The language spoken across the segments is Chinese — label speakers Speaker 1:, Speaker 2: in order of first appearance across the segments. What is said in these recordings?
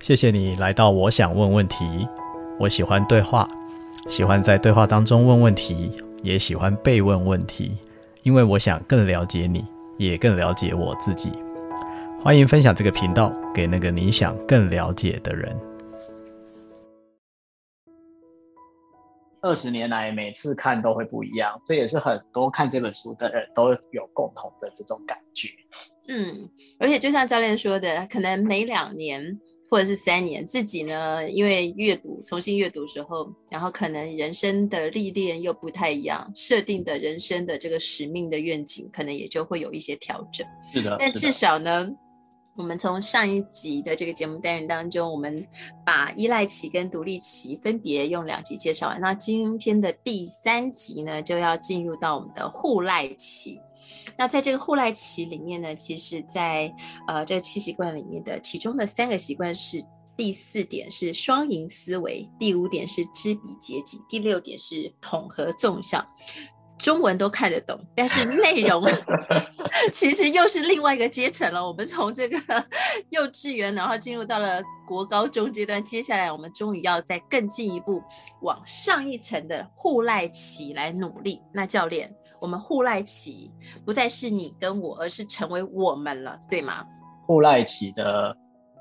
Speaker 1: 谢谢你来到我想问问题。我喜欢对话，喜欢在对话当中问问题，也喜欢被问问题，因为我想更了解你，也更了解我自己。欢迎分享这个频道给那个你想更了解的人。
Speaker 2: 二十年来，每次看都会不一样，这也是很多看这本书的人都有共同的这种感觉。
Speaker 3: 嗯，而且就像教练说的，可能每两年或者是三年，自己呢，因为阅读重新阅读时候，然后可能人生的历练又不太一样，设定的人生的这个使命的愿景，可能也就会有一些调整。
Speaker 2: 是的，
Speaker 3: 但
Speaker 2: 是的
Speaker 3: 至少呢，我们从上一集的这个节目单元当中，我们把依赖期跟独立期分别用两集介绍完。那今天的第三集呢，就要进入到我们的互赖期。那在这个互赖期里面呢，其实在呃这七习惯里面的其中的三个习惯是。第四点是双赢思维，第五点是知彼解己，第六点是统合纵向。中文都看得懂，但是内容 其实又是另外一个阶层了。我们从这个 幼稚园，然后进入到了国高中阶段，接下来我们终于要再更进一步往上一层的互赖期来努力。那教练，我们互赖期不再是你跟我，而是成为我们了，对吗？
Speaker 2: 布赖奇的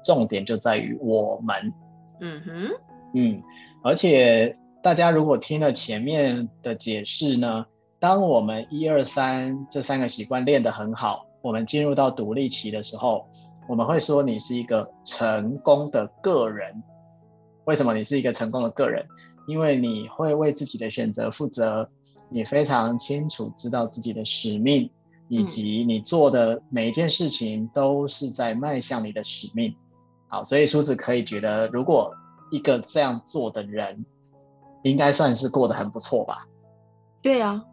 Speaker 2: 重点就在于我们，
Speaker 3: 嗯哼，
Speaker 2: 嗯，而且大家如果听了前面的解释呢，当我们一二三这三个习惯练得很好，我们进入到独立期的时候，我们会说你是一个成功的个人。为什么你是一个成功的个人？因为你会为自己的选择负责，你非常清楚知道自己的使命，以及你做的每一件事情都是在迈向你的使命。好，所以梳子可以觉得，如果一个这样做的人，应该算是过得很不错吧？
Speaker 3: 对啊，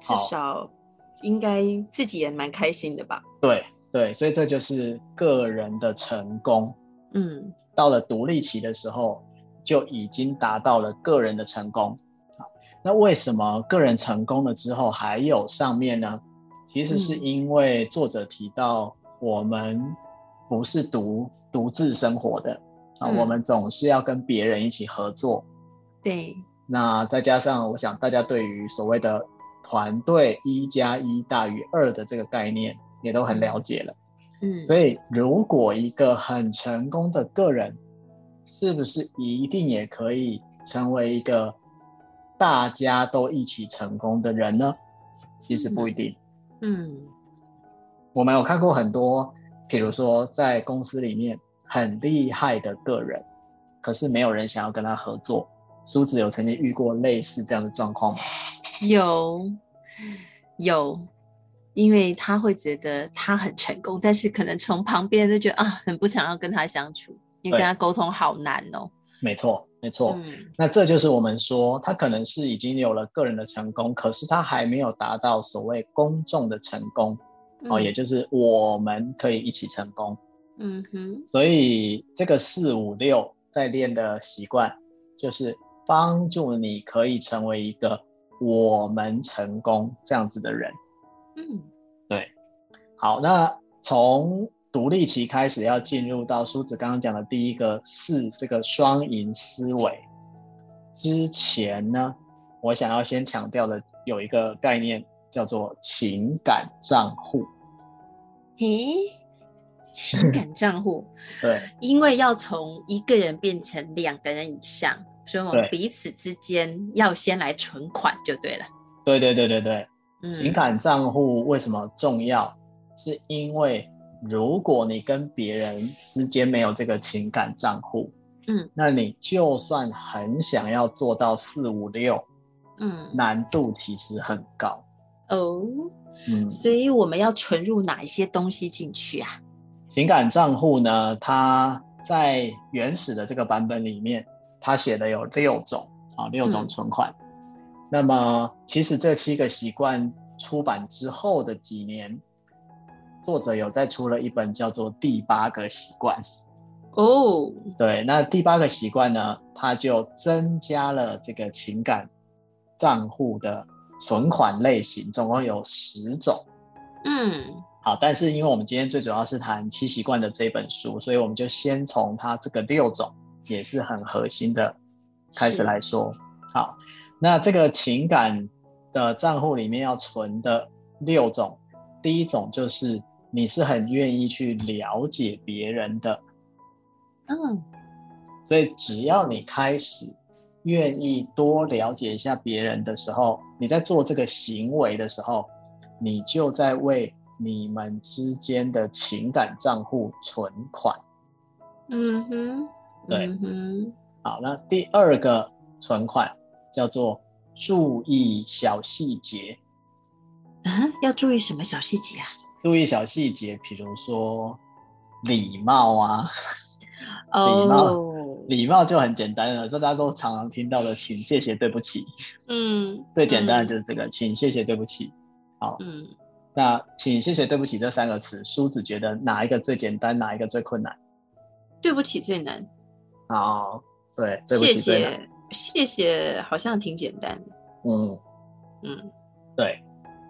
Speaker 3: 至
Speaker 2: 好
Speaker 3: 少应该自己也蛮开心的吧？
Speaker 2: 对对，所以这就是个人的成功。
Speaker 3: 嗯。
Speaker 2: 到了独立期的时候，就已经达到了个人的成功。啊，那为什么个人成功了之后还有上面呢？其实是
Speaker 3: 嗯
Speaker 2: 因为作者提到，我们不是独独自生活的啊，
Speaker 3: 嗯
Speaker 2: 我们总是要跟别人一起合作。
Speaker 3: 对，
Speaker 2: 那再加上，我想大家对于所谓的团队一加一大于二的这个概念也都很了解了。
Speaker 3: 嗯，
Speaker 2: 所以，如果一个很成功的个人，是不是一定也可以成为一个大家都一起成功的人呢？其实不一定。
Speaker 3: 嗯
Speaker 2: 我们有看过很多，比如说在公司里面很厉害的个人，可是没有人想要跟他合作。苏子有曾经遇过类似这样的状况吗？
Speaker 3: 有有，因为他会觉得他很成功，但是可能从旁边就觉得啊，很不想要跟他相处，因为跟
Speaker 2: 对哦
Speaker 3: 他沟通好难哦。
Speaker 2: 没错，没错。
Speaker 3: 嗯
Speaker 2: 那这就是我们说，他可能是已经有了个人的成功，可是他还没有达到所谓公众的成功。哦，
Speaker 1: 嗯
Speaker 2: 也就是我们可以一起成功。
Speaker 3: 嗯哼，
Speaker 2: 所以这个四五六在练的习惯，就是帮助你可以成为一个我们成功这样子的人。
Speaker 3: 嗯
Speaker 2: 好，那从独立期开始，要进入到梳子刚刚讲的第一个四这个双赢思维之前呢，我想要先强调的有一个概念叫做情感账户。
Speaker 3: 咦，情感账户，
Speaker 2: 对，
Speaker 3: 因为要从一个人变成两个人以上，所以我们
Speaker 2: 对
Speaker 3: 彼此之间要先来存款就对了。
Speaker 2: 对对对对对。
Speaker 3: 嗯，
Speaker 2: 情感账户为什么重要？是因为如果你跟别人之间没有这个情感账户，
Speaker 3: 嗯，
Speaker 2: 那你就算很想要做到四五六，
Speaker 3: 嗯
Speaker 2: 难度其实很高。
Speaker 3: 哦，
Speaker 2: 嗯，
Speaker 3: 所以我们要存入哪一些东西进去啊？
Speaker 2: 情感账户呢，它在原始的这个版本里面，它写的有六种啊，六种
Speaker 3: 嗯
Speaker 2: 存款。那么，其实这七个习惯出版之后的几年，作者有再出了一本叫做《第八个习惯》。
Speaker 3: 哦，
Speaker 2: 对，那第八个习惯呢，它就增加了这个情感账户的存款类型，总共有十种。
Speaker 3: 嗯，
Speaker 1: 好，但是因为我们今天最主要是谈《七习惯》的这本书，所以我们就先从它这个六种也是很核心的开始
Speaker 3: 是
Speaker 1: 来说。好，那这个情感的账户里面要存的六种，第一种就是你是很愿意去了解别人的，
Speaker 3: 嗯，
Speaker 1: 所以只要你开始愿意多了解一下别人的时候，你在做这个行为的时候，你就在为你们之间的情感账户存款。
Speaker 3: 嗯哼，
Speaker 1: 对
Speaker 3: 嗯哼，
Speaker 1: 好，那第二个存款叫做注意小细节。
Speaker 3: 啊，要注意什么小细节啊？
Speaker 1: 注意小细节，比如说礼貌啊，貌
Speaker 3: 哦，
Speaker 1: 礼貌就很简单了，这大家都常常听到的，请、谢谢、对不起，
Speaker 3: 嗯，
Speaker 1: 最简单的
Speaker 3: 嗯
Speaker 1: 就是这个，请、谢谢、对不起。好，
Speaker 3: 嗯，
Speaker 1: 那请、谢谢、对不起这三个词，梳子觉得哪一个最简单，哪一个最困难？
Speaker 3: 对不起最难，
Speaker 1: 好，对，对不
Speaker 3: 谢
Speaker 1: 起最难。
Speaker 3: 谢谢谢，好像挺简单的，
Speaker 1: 嗯，
Speaker 3: 嗯
Speaker 1: 对。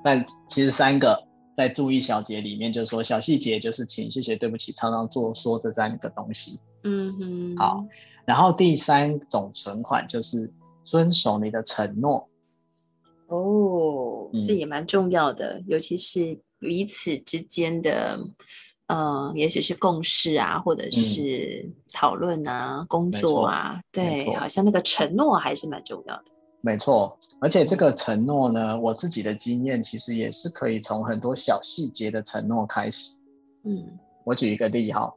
Speaker 1: 但其实三个在注意小节里面，就是说小细节，就是请、谢谢、对不起，常常做说这三个东西。
Speaker 3: 嗯哼，
Speaker 1: 好，然后第三种存款就是遵守你的承诺。
Speaker 3: 哦，这
Speaker 1: 嗯
Speaker 3: 也蛮重要的，尤其是彼此之间的，呃，也许是共识啊，或者是讨论啊，工
Speaker 1: 没
Speaker 3: 作
Speaker 1: 错
Speaker 3: 啊，
Speaker 1: 嗯没
Speaker 3: 对，
Speaker 1: 错
Speaker 3: 好像那个承诺还是蛮重要的。
Speaker 1: 没错，而且这个承诺呢，我自己的经验其实也是可以从很多小细节的承诺开始。
Speaker 3: 嗯
Speaker 1: 我举一个例哈，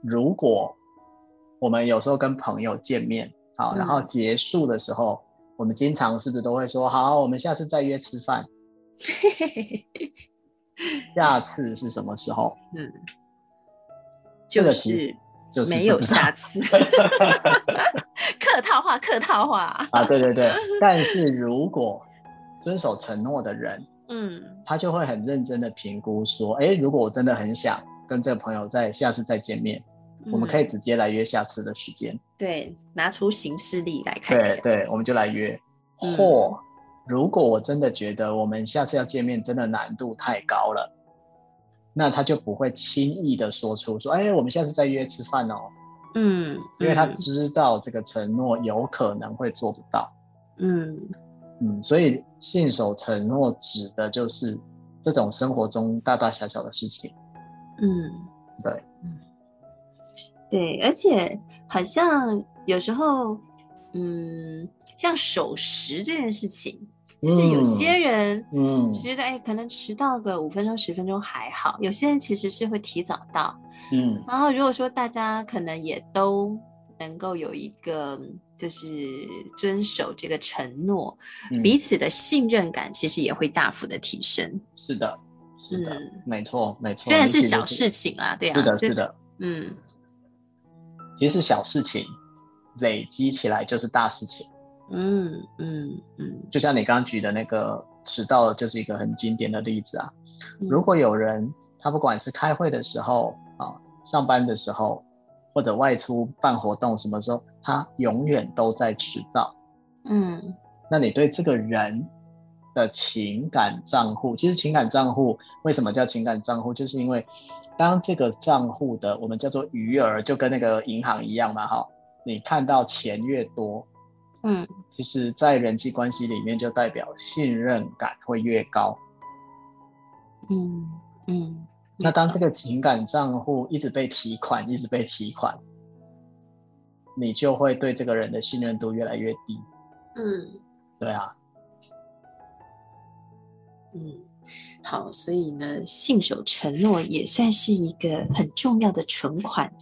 Speaker 1: 如果我们有时候跟朋友见面，好，
Speaker 3: 嗯
Speaker 1: 然后结束的时候，我们经常是不是都会说好，我们下次再约吃饭？下次是什么时候？
Speaker 3: 嗯，
Speaker 1: 这
Speaker 3: 就
Speaker 1: 个其实
Speaker 3: 是
Speaker 1: 就是
Speaker 3: 没有
Speaker 1: 不知道
Speaker 3: 下 次，客套话，客套话，
Speaker 1: 啊，对对 对。但是如果遵守承诺的人，
Speaker 3: 嗯
Speaker 1: 他就会很认真的评估说，诶，如果我真的很想跟这个朋友在下次再见面，我们可以
Speaker 3: 嗯
Speaker 1: 直接来约下次的时间。
Speaker 3: 对拿出行事历来看一
Speaker 1: 对
Speaker 3: 下，
Speaker 1: 对，我们就来约。
Speaker 3: 嗯
Speaker 1: 或如果我真的觉得我们下次要见面真的难度太高了，那他就不会轻易的说出说，诶，我们下次再约吃饭哦，
Speaker 3: 嗯，
Speaker 1: 因为他
Speaker 3: 嗯
Speaker 1: 知道这个承诺有可能会做不到。
Speaker 3: 嗯
Speaker 1: 嗯，所以信守承诺指的就是这种生活中大大小小的事情。
Speaker 3: 嗯，
Speaker 1: 对，
Speaker 3: 嗯，对，而且好像有时候，嗯，像守时这件事情，就是有些人
Speaker 1: 嗯
Speaker 3: 觉得，哎，可能迟到个五分钟、十分钟还好，有些人其实是会提早到。
Speaker 1: 嗯
Speaker 3: 然后如果说大家可能也都能够有一个就是遵守这个承诺，
Speaker 1: 嗯，
Speaker 3: 彼此的信任感其实也会大幅的提升。
Speaker 1: 是的，是的，哦
Speaker 3: 嗯
Speaker 1: 没错没错。
Speaker 3: 虽然
Speaker 1: 你
Speaker 3: 是
Speaker 1: 举的
Speaker 3: 小事，情啦，对啊，
Speaker 1: 是的，，
Speaker 3: 就是
Speaker 1: 的，
Speaker 3: 嗯。
Speaker 1: 其实小事情累积起来就是大事情。
Speaker 3: 嗯嗯嗯，
Speaker 1: 就像你刚刚举的那个迟到，就是一个很经典的例子啊。如
Speaker 3: 嗯
Speaker 1: 果有人他不管是开会的时候啊、上班的时候，或者外出办活动什么时候，他永远都在迟到。
Speaker 3: 嗯
Speaker 1: 那你对这个人的情感账户，其实情感账户为什么叫情感账户，就是因为当这个账户的我们叫做余额，就跟那个银行一样嘛，哈，你看到钱越多，
Speaker 3: 嗯
Speaker 1: 其实在人际关系里面就代表信任感会越高。
Speaker 3: 嗯嗯，
Speaker 1: 那
Speaker 3: 没
Speaker 1: 当
Speaker 3: 错
Speaker 1: 这个情感账户一直被提款，一直被提款，你就会对这个人的信任度越来越低。
Speaker 3: 嗯
Speaker 1: 对啊，
Speaker 3: 嗯好，所以呢，信守承诺也算是一个很重要的存款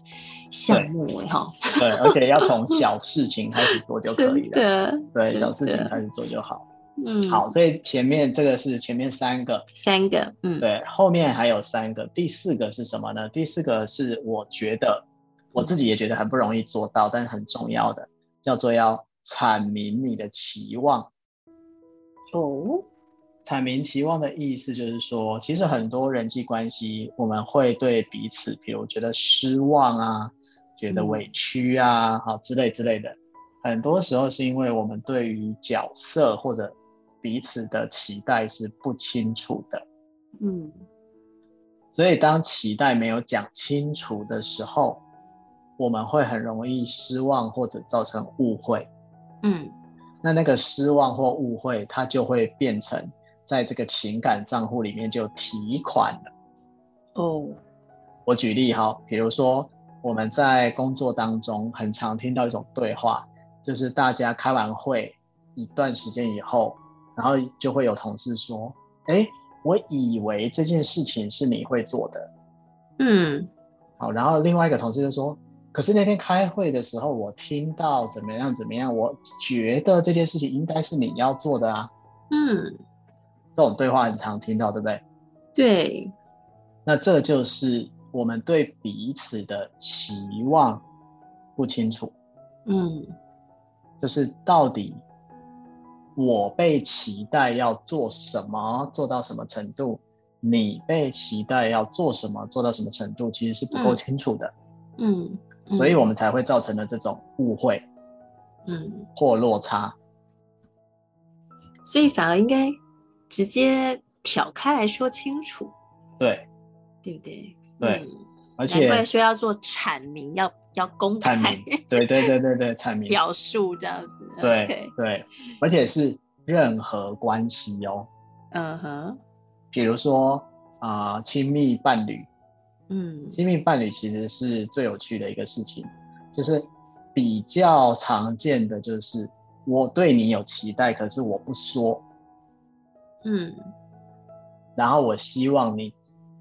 Speaker 3: 项目哎哈，
Speaker 1: 对，而且要从小事情开始做就可以
Speaker 3: 真
Speaker 1: 了。
Speaker 3: 的
Speaker 1: 对，
Speaker 3: 真
Speaker 1: 小事情
Speaker 3: 的
Speaker 1: 开始做就好。
Speaker 3: 嗯
Speaker 1: 好，所以前面这个是前面三个，
Speaker 3: 三个嗯
Speaker 1: 对，后面还有三个，第四个是什么呢？第四个是我觉得我自己也觉得很不容易做到，但是很重要的，叫做要阐明你的期望。
Speaker 3: 哦
Speaker 1: 阐明期望的意思就是说，其实很多人际关系，我们会对彼此，比如觉得失望啊，觉得委屈啊，好、之类之类的。很多时候是因为我们对于角色或者彼此的期待是不清楚的。
Speaker 3: 嗯
Speaker 1: 所以当期待没有讲清楚的时候，我们会很容易失望或者造成误会。
Speaker 3: 嗯
Speaker 1: 那那个失望或误会，它就会变成在这个情感账户里面就提款了。
Speaker 3: 哦，
Speaker 1: 我举例哈，比如说我们在工作当中很常听到一种对话，就是大家开完会一段时间以后，然后就会有同事说：“哎，我以为这件事情是你会做的。
Speaker 3: 嗯”
Speaker 1: 好，然后另外一个同事就说：“可是那天开会的时候，我听到怎么样怎么样，我觉得这件事情应该是你要做的啊。
Speaker 3: 嗯，”
Speaker 1: 这种对话很常听到，对不对？
Speaker 3: 对，
Speaker 1: 那这就是我们对彼此的期望不清楚。
Speaker 3: 嗯
Speaker 1: 就是到底我被期待要做什么，做到什么程度，你被期待要做什么，做到什么程度，其实是不够
Speaker 3: 嗯
Speaker 1: 清楚的，
Speaker 3: 嗯，嗯
Speaker 1: 所以我们才会造成了这种误会
Speaker 3: 嗯，
Speaker 1: 或落差。
Speaker 3: 所以反而应该直接挑开来说清楚，
Speaker 1: 对，
Speaker 3: 对不对？
Speaker 1: 对
Speaker 3: 嗯，
Speaker 1: 而
Speaker 3: 难怪
Speaker 1: 且
Speaker 3: 说要做阐明，要要公
Speaker 1: 阐
Speaker 3: 开
Speaker 1: 明，对对对对对，阐 明，
Speaker 3: 表述这样子。
Speaker 1: 对
Speaker 3: OK，
Speaker 1: 对，而且是任何关系哦，
Speaker 3: 嗯哼，
Speaker 1: 比如说啊、呃亲密伴侣，
Speaker 3: 嗯
Speaker 1: 亲密伴侣其实是最有趣的一个事情，就是比较常见的就是我对你有期待，可是我不说，
Speaker 3: 嗯
Speaker 1: 然后我希望你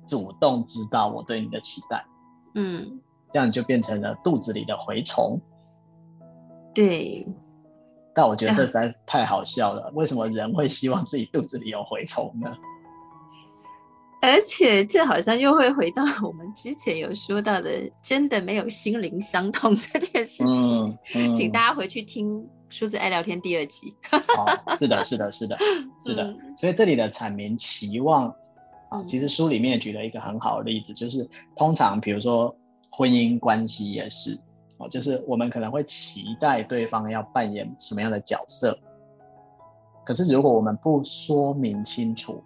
Speaker 1: 主动知道我对你的期待，
Speaker 3: 嗯，
Speaker 1: 这样就变成了肚子里的蛔虫。
Speaker 3: 对，
Speaker 1: 但我觉得
Speaker 3: 这
Speaker 1: 这
Speaker 3: 样
Speaker 1: 实在太好笑了，为什么人会希望自己肚子里有蛔虫呢？
Speaker 3: 而且这好像又会回到我们之前有说到的，真的没有心灵相通这件事情。
Speaker 1: 嗯嗯，
Speaker 3: 请大
Speaker 1: 家
Speaker 3: 家回去听《数字爱聊天》第二集。
Speaker 1: 好，是的，是的，是的，是的。
Speaker 3: 嗯
Speaker 1: 所以这里的阐明期望啊，
Speaker 3: 嗯
Speaker 1: 其实书里面也举了一个很好的例子，就是通常比如说婚姻关系也是哦，就是我们可能会期待对方要扮演什么样的角色，可是如果我们不说明清楚，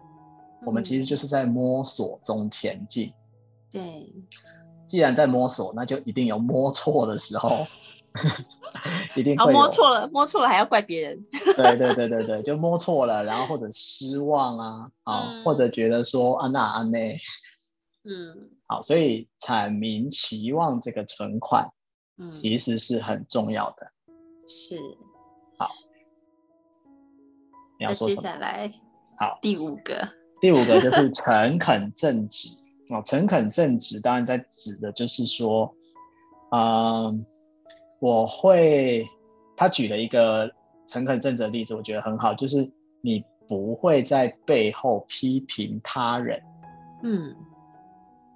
Speaker 1: 我
Speaker 3: 嗯
Speaker 1: 们其实就是在摸索中前进。
Speaker 3: 对，
Speaker 1: 既然在摸索，那就一定有摸错的时候， 一定
Speaker 3: 啊，
Speaker 1: 会有
Speaker 3: 摸错了，摸错了还要怪别人。
Speaker 1: 对对对对对，就摸错了，然后或者失望 啊，啊，
Speaker 3: 嗯
Speaker 1: 或者觉得说啊那啊那，
Speaker 3: 嗯
Speaker 1: 好，所以阐明期望这个存款
Speaker 3: 嗯，
Speaker 1: 其实是很重要的。
Speaker 3: 是。
Speaker 1: 你要
Speaker 3: 那
Speaker 1: 说
Speaker 3: 接
Speaker 1: 什么？
Speaker 3: 下来
Speaker 1: 好，
Speaker 3: 第五个，
Speaker 1: 第五 个就是诚恳正直哦，诚恳正直当然在指的就是说，嗯、我会，他举了一个诚恳正直的例子，我觉得很好，就是你不会在背后批评他人。
Speaker 3: 嗯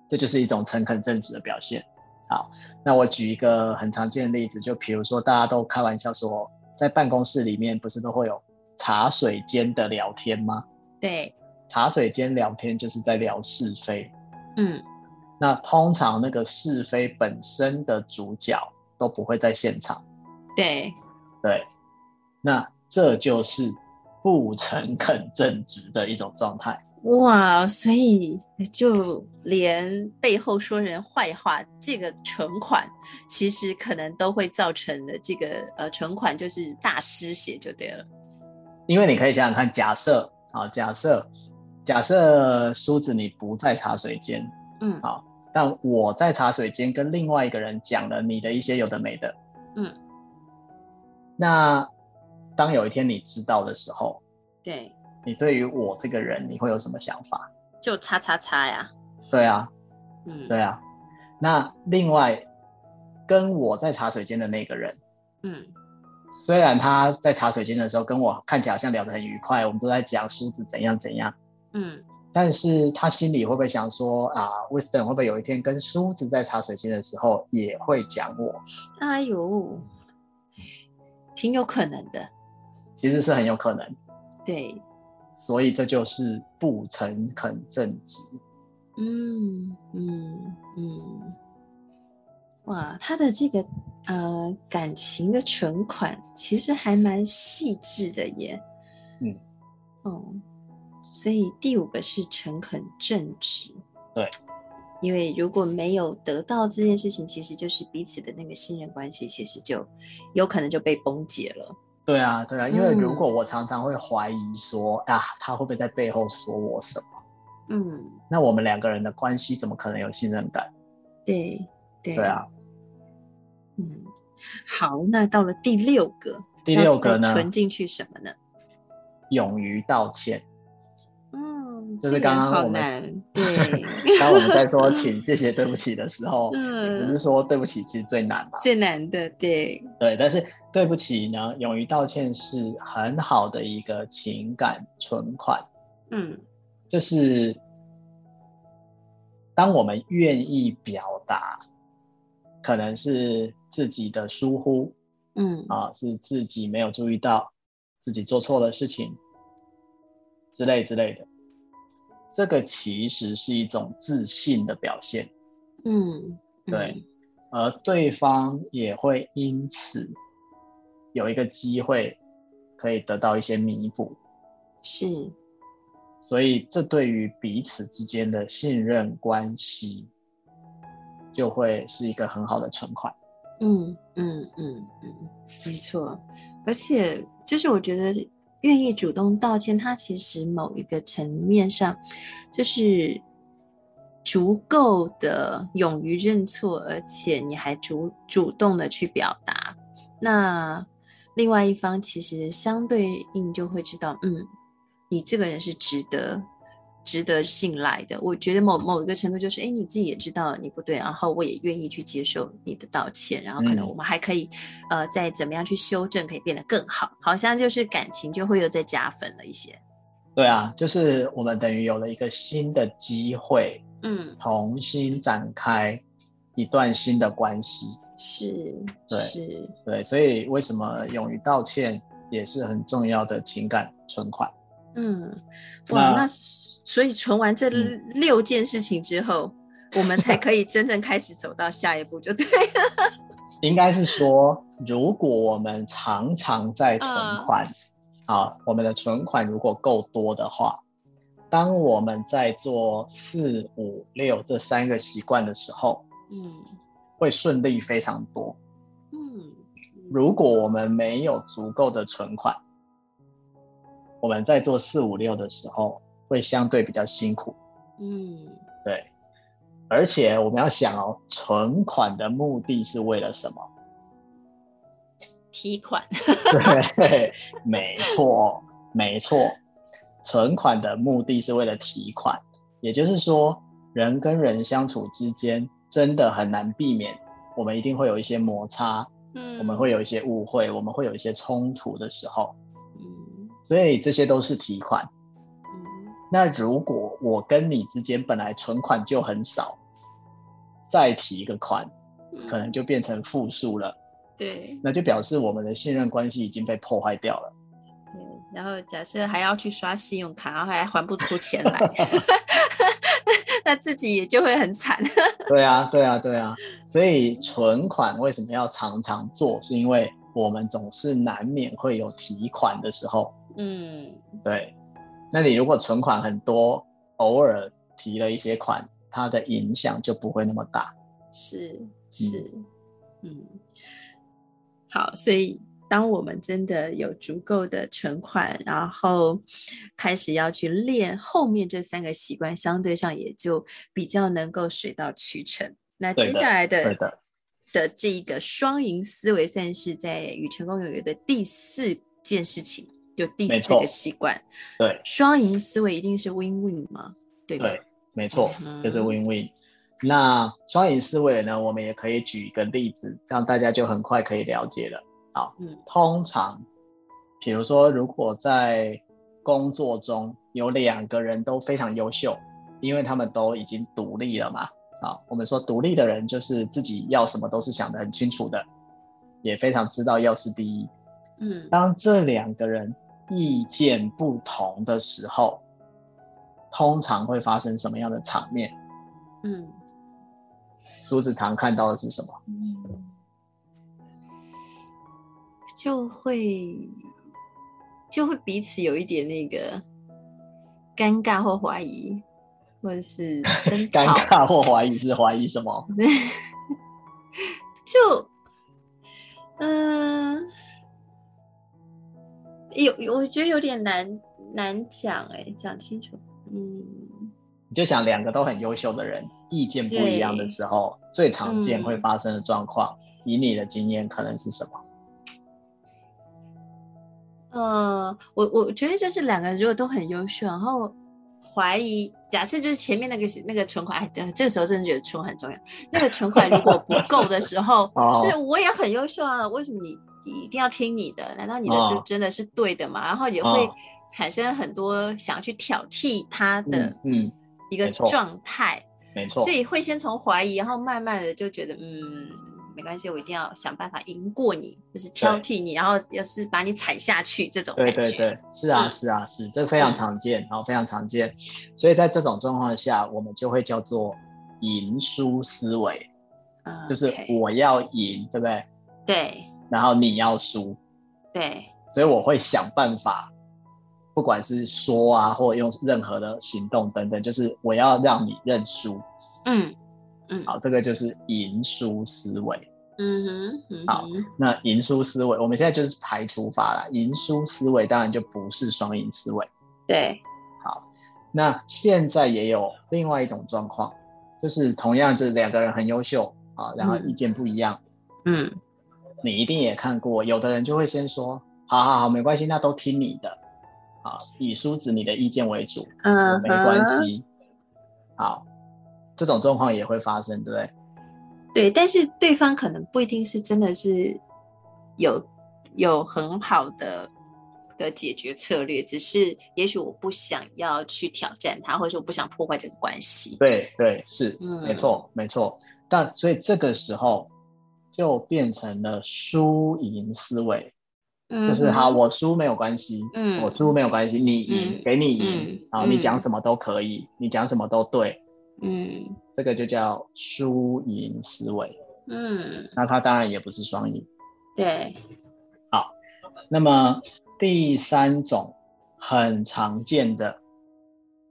Speaker 1: 这就是一种诚恳正直的表现。好，那我举一个很常见的例子，就比如说大家都开玩笑说，在办公室里面不是都会有茶水间的聊天吗？
Speaker 3: 对，
Speaker 1: 茶水间聊天就是在聊是非，
Speaker 3: 嗯
Speaker 1: 那通常那个是非本身的主角都不会在现场，
Speaker 3: 对，
Speaker 1: 对，那这就是不诚恳正直的一种状态。
Speaker 3: 哇，所以就连背后说人坏话这个存款，其实可能都会造成的这个呃存款就是大失血就对了。
Speaker 1: 因为你可以想想看，假设啊，假设假设梳子你不在茶水间，
Speaker 3: 嗯
Speaker 1: 好但我在茶水间跟另外一个人讲了你的一些有的没的，
Speaker 3: 嗯，
Speaker 1: 那当有一天你知道的时候，
Speaker 3: 对，
Speaker 1: 你对于我这个人你会有什么想法？
Speaker 3: 就叉叉叉呀，
Speaker 1: 对啊，
Speaker 3: 嗯，
Speaker 1: 对啊。那另外跟我在茶水间的那个人，
Speaker 3: 嗯
Speaker 1: 虽然他在茶水间的时候跟我看起来好像聊得很愉快，我们都在讲梳子怎样怎样。
Speaker 3: 嗯
Speaker 1: 但是他心里会不会想说啊，Winston 会不会有一天跟梳子在茶水间的时候也会讲我？
Speaker 3: 哎呦，挺有可能的，
Speaker 1: 其实是很有可能，
Speaker 3: 对，
Speaker 1: 所以这就是不诚恳正直。
Speaker 3: 嗯嗯嗯，哇，他的这个呃感情的存款其实还蛮细致的耶。
Speaker 1: 嗯，
Speaker 3: 哦，所以第五个是诚恳正直。
Speaker 1: 对，
Speaker 3: 因为如果没有得到这件事情，其实就是彼此的那个信任关系，其实就有可能就被崩解了。
Speaker 1: 对啊，对啊，因为
Speaker 3: 嗯
Speaker 1: 如果我常常会怀疑说、啊，他会不会在背后说我什么？
Speaker 3: 嗯，
Speaker 1: 那我们两个人的关系怎么可能有信任感？
Speaker 3: 对对
Speaker 1: 对啊，
Speaker 3: 嗯，好，那到了第六个，
Speaker 1: 第六个
Speaker 3: 要
Speaker 1: 呢
Speaker 3: 存进去什么呢？
Speaker 1: 勇于道歉。
Speaker 3: 嗯，
Speaker 1: 就
Speaker 3: 这
Speaker 1: 是
Speaker 3: 个
Speaker 1: 刚刚
Speaker 3: 好
Speaker 1: 我们
Speaker 3: 难， 对，
Speaker 1: 当我们在说请、谢谢、对不起的时候，只是
Speaker 3: 嗯，
Speaker 1: 说对不起其实最难嘛。
Speaker 3: 最难的，对，
Speaker 1: 对，但是对不起呢，勇于道歉是很好的一个情感存款，
Speaker 3: 嗯
Speaker 1: 就是当我们愿意表达，可能是自己的疏忽
Speaker 3: 嗯
Speaker 1: 啊，是自己没有注意到，自己做错了事情之类之类的，这个其实是一种自信的表现。
Speaker 3: 嗯，
Speaker 1: 对而对方也会因此有一个机会可以得到一些弥补，
Speaker 3: 嗯，是，
Speaker 1: 所以这对于彼此之间的信任关系就会是一个很好的存款。
Speaker 3: 嗯嗯嗯嗯，没错，而且就是我觉得愿意主动道歉，它其实某一个层面上就是足够的勇于认错，而且你还主主动的去表达，那另外一方其实相对应就会知道，嗯，你这个人是值得。值得信赖的，我觉得某某一个程度就是，哎，你自己也知道你不对，然后我也愿意去接受你的道歉，然后可能
Speaker 1: 嗯
Speaker 3: 我们还可以，呃，再怎么样去修正，可以变得更好，好像就是感情就会有在加分了一些。
Speaker 1: 对啊，就是我们等于有了一个新的机会，
Speaker 3: 嗯，
Speaker 1: 重新展开一段新的关系。
Speaker 3: 是
Speaker 1: 对
Speaker 3: 是，
Speaker 1: 对，所以为什么勇于道歉也是很重要的情感存款？
Speaker 3: 嗯，哇，
Speaker 1: 那
Speaker 3: 那所以存完这
Speaker 1: 嗯
Speaker 3: 六件事情之后，我们才可以真正开始走到下一步，就对了。
Speaker 1: 应该是说，如果我们常常在存款，啊，我们的存款如果够多的话，当我们在做四五六这三个习惯的时候，
Speaker 3: 嗯
Speaker 1: 会顺利非常多。
Speaker 3: 嗯
Speaker 1: 如果我们没有足够的存款，我们在做四五六的时候会相对比较辛苦，
Speaker 3: 嗯，
Speaker 1: 对。而且我们要想哦，存款的目的是为了什么？
Speaker 3: 提款，
Speaker 1: 对，没错，没错。存款的目的是为了提款，也就是说，人跟人相处之间真的很难避免，我们一定会有一些摩擦，
Speaker 3: 嗯
Speaker 1: 我们会有一些误会，我们会有一些冲突的时候，
Speaker 3: 嗯
Speaker 1: 所以这些都是提款。
Speaker 3: 嗯
Speaker 1: 那如果我跟你之间本来存款就很少，再提一个款，
Speaker 3: 嗯
Speaker 1: 可能就变成负数了，
Speaker 3: 对
Speaker 1: 那就表示我们的信任关系已经被破坏掉了。
Speaker 3: 对，然后假设还要去刷信用卡，然后还还不出 钱来， 那自己也就会很惨。
Speaker 1: 对啊，对啊，对啊。所以存款为什么要常常做？是因为我们总是难免会有提款的时候。
Speaker 3: 嗯
Speaker 1: 对，那你如果存款很多，偶尔提了一些款，它的影响就不会那么大。
Speaker 3: 是是，嗯，好，所以当我们真的有足够的存款，然后开始要去练后面这三个习惯，相对上也就比较能够水到渠成。那
Speaker 1: 对
Speaker 3: 接
Speaker 1: 的
Speaker 3: 下来的
Speaker 1: 对的，
Speaker 3: 的这一个双赢思维，算是在与成功有约的第四件事情，就第
Speaker 1: 没
Speaker 3: 四个
Speaker 1: 错
Speaker 3: 习惯。
Speaker 1: 对
Speaker 3: 双赢思维一定是 win win 吗？对吧？
Speaker 1: 对，没错，
Speaker 3: 嗯
Speaker 1: 就是 win win。那双赢思维呢，我们也可以举一个例子，这样大家就很快可以了解了。
Speaker 3: 嗯
Speaker 1: 通常，比如说，如果在工作中有两个人都非常优秀，因为他们都已经独立了嘛。啊，我们说独立的人就是自己要什么都是想得很清楚的，也非常知道要事第一。
Speaker 3: 嗯
Speaker 1: 当这两个人意见不同的时候，通常会发生什么样的场面？
Speaker 3: 嗯
Speaker 1: 朱子常看到的是什么？
Speaker 3: 嗯，就会就会彼此有一点那个尴尬或怀疑，或者是争
Speaker 1: 尴
Speaker 3: 吵，
Speaker 1: 尬或怀疑是怀疑什么？
Speaker 3: 就嗯、有有我觉得有点难难讲哎、讲清楚，嗯，
Speaker 1: 你就想两个都很优秀的人，意见不一样的时候，最常见会发生的状况，以你的经验可能是什么？，
Speaker 3: 呃，我我觉得就是两个人如果都很优秀，然后怀疑，假设就是前面那个那个存款，哎，对，这个时候真的觉得存款很重要。那个存款如果不够的时候
Speaker 1: 哦
Speaker 3: 就是我也很优秀啊，为什么你你一定要听你的？难道你的
Speaker 1: 哦
Speaker 3: 就真的是对的吗？然后也会
Speaker 1: 哦
Speaker 3: 产生很多想要去挑剔他的
Speaker 1: 嗯嗯，
Speaker 3: 一个
Speaker 1: 没错
Speaker 3: 状态，
Speaker 1: 没错
Speaker 3: 所，以会先从怀疑，然后慢慢的就觉得，嗯，没关系，我一定要想办法赢过你，就是挑剔你，然后要是把你踩下去这种感
Speaker 1: 对
Speaker 3: 觉。
Speaker 1: 对对，是啊
Speaker 3: 嗯
Speaker 1: 是啊是，这非常常见，然后非常常见，所以在这种状况下，我们就会叫做赢输思维，
Speaker 3: 嗯
Speaker 1: 就是
Speaker 3: OK
Speaker 1: 我要赢，对不对？
Speaker 3: 对
Speaker 1: 然后你要输，
Speaker 3: 对，
Speaker 1: 所以我会想办法，不管是说啊，或用任何的行动等等，就是我要让你认输。
Speaker 3: 嗯嗯
Speaker 1: 好，这个就是赢输思维。
Speaker 3: 嗯哼嗯
Speaker 1: 好
Speaker 3: 哼，
Speaker 1: 那赢输思维，我们现在就是排除法啦。赢输思维当然就不是双赢思维。
Speaker 3: 对，
Speaker 1: 那现在也有另外一种状况，就是同样就是两个人很优秀啊，然后
Speaker 3: 嗯
Speaker 1: 意见不一样，
Speaker 3: 嗯
Speaker 1: 你一定也看过，有的人就会先说，好好好，没关系，那都听你的，啊，以梳子你的意见为主，我
Speaker 3: 嗯，
Speaker 1: 没关，系。好，这种状况也会发生，对不对？
Speaker 3: 对，但是对方可能不一定是真的是有有很好的的解决策略，只是也许我不想要去挑战他，或者说我不想破坏这个关系。
Speaker 1: 对对是，
Speaker 3: 嗯
Speaker 1: 没错没错。但所以这个时候就变成了输赢思维，
Speaker 3: 嗯
Speaker 1: 就是
Speaker 3: 好
Speaker 1: 好，我输没有关系，
Speaker 3: 嗯
Speaker 1: 我输没有关系，你赢
Speaker 3: 嗯
Speaker 1: 给你赢
Speaker 3: 嗯，
Speaker 1: 然后你讲
Speaker 3: 嗯
Speaker 1: 什么都可以，你讲什么都对，
Speaker 3: 嗯
Speaker 1: 这个就叫输赢思维。
Speaker 3: 嗯，
Speaker 1: 那它当然也不是双赢。
Speaker 3: 对，
Speaker 1: 那么第三种很常见的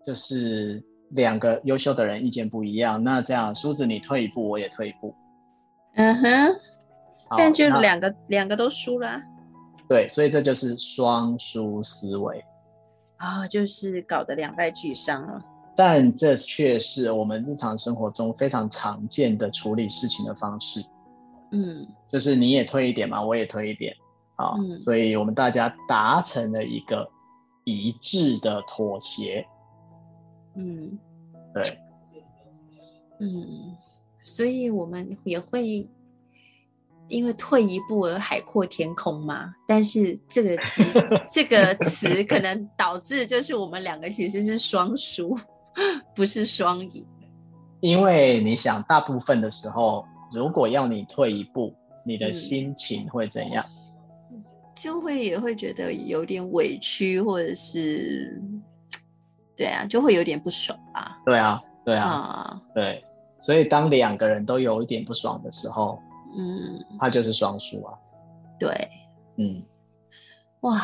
Speaker 1: 就是两个优秀的人意见不一样，那这样梳子你退一步，我也退一步。
Speaker 3: 嗯哼，
Speaker 1: 好
Speaker 3: 但就
Speaker 1: 那
Speaker 3: 两个两个都输了啊。
Speaker 1: 对，所以这就是双输思维，
Speaker 3: 啊、就是搞得两败俱伤了。
Speaker 1: 但这却是我们日常生活中非常常见的处理事情的方式，
Speaker 3: 嗯
Speaker 1: 就是你也退一点嘛，我也退一点，好，
Speaker 3: 嗯
Speaker 1: 所以我们大家达成了一个一致的妥协，
Speaker 3: 嗯
Speaker 1: 对。
Speaker 3: 嗯，所以我们也会因为退一步而海阔天空嘛。但是这个其 实这个词可能导致就是我们两个其实是双输，不是双赢。
Speaker 1: 因为你想，大部分的时候，如果要你退一步，你的
Speaker 3: 嗯
Speaker 1: 心情会怎样？
Speaker 3: 就会也会觉得有点委屈，或者是，对啊，就会有点不爽吧。
Speaker 1: 对啊，对啊，
Speaker 3: 啊，
Speaker 1: 对。所以当两个人都有一点不爽的时候，
Speaker 3: 嗯，
Speaker 1: 他就是双输啊。
Speaker 3: 对，
Speaker 1: 嗯，
Speaker 3: 哇，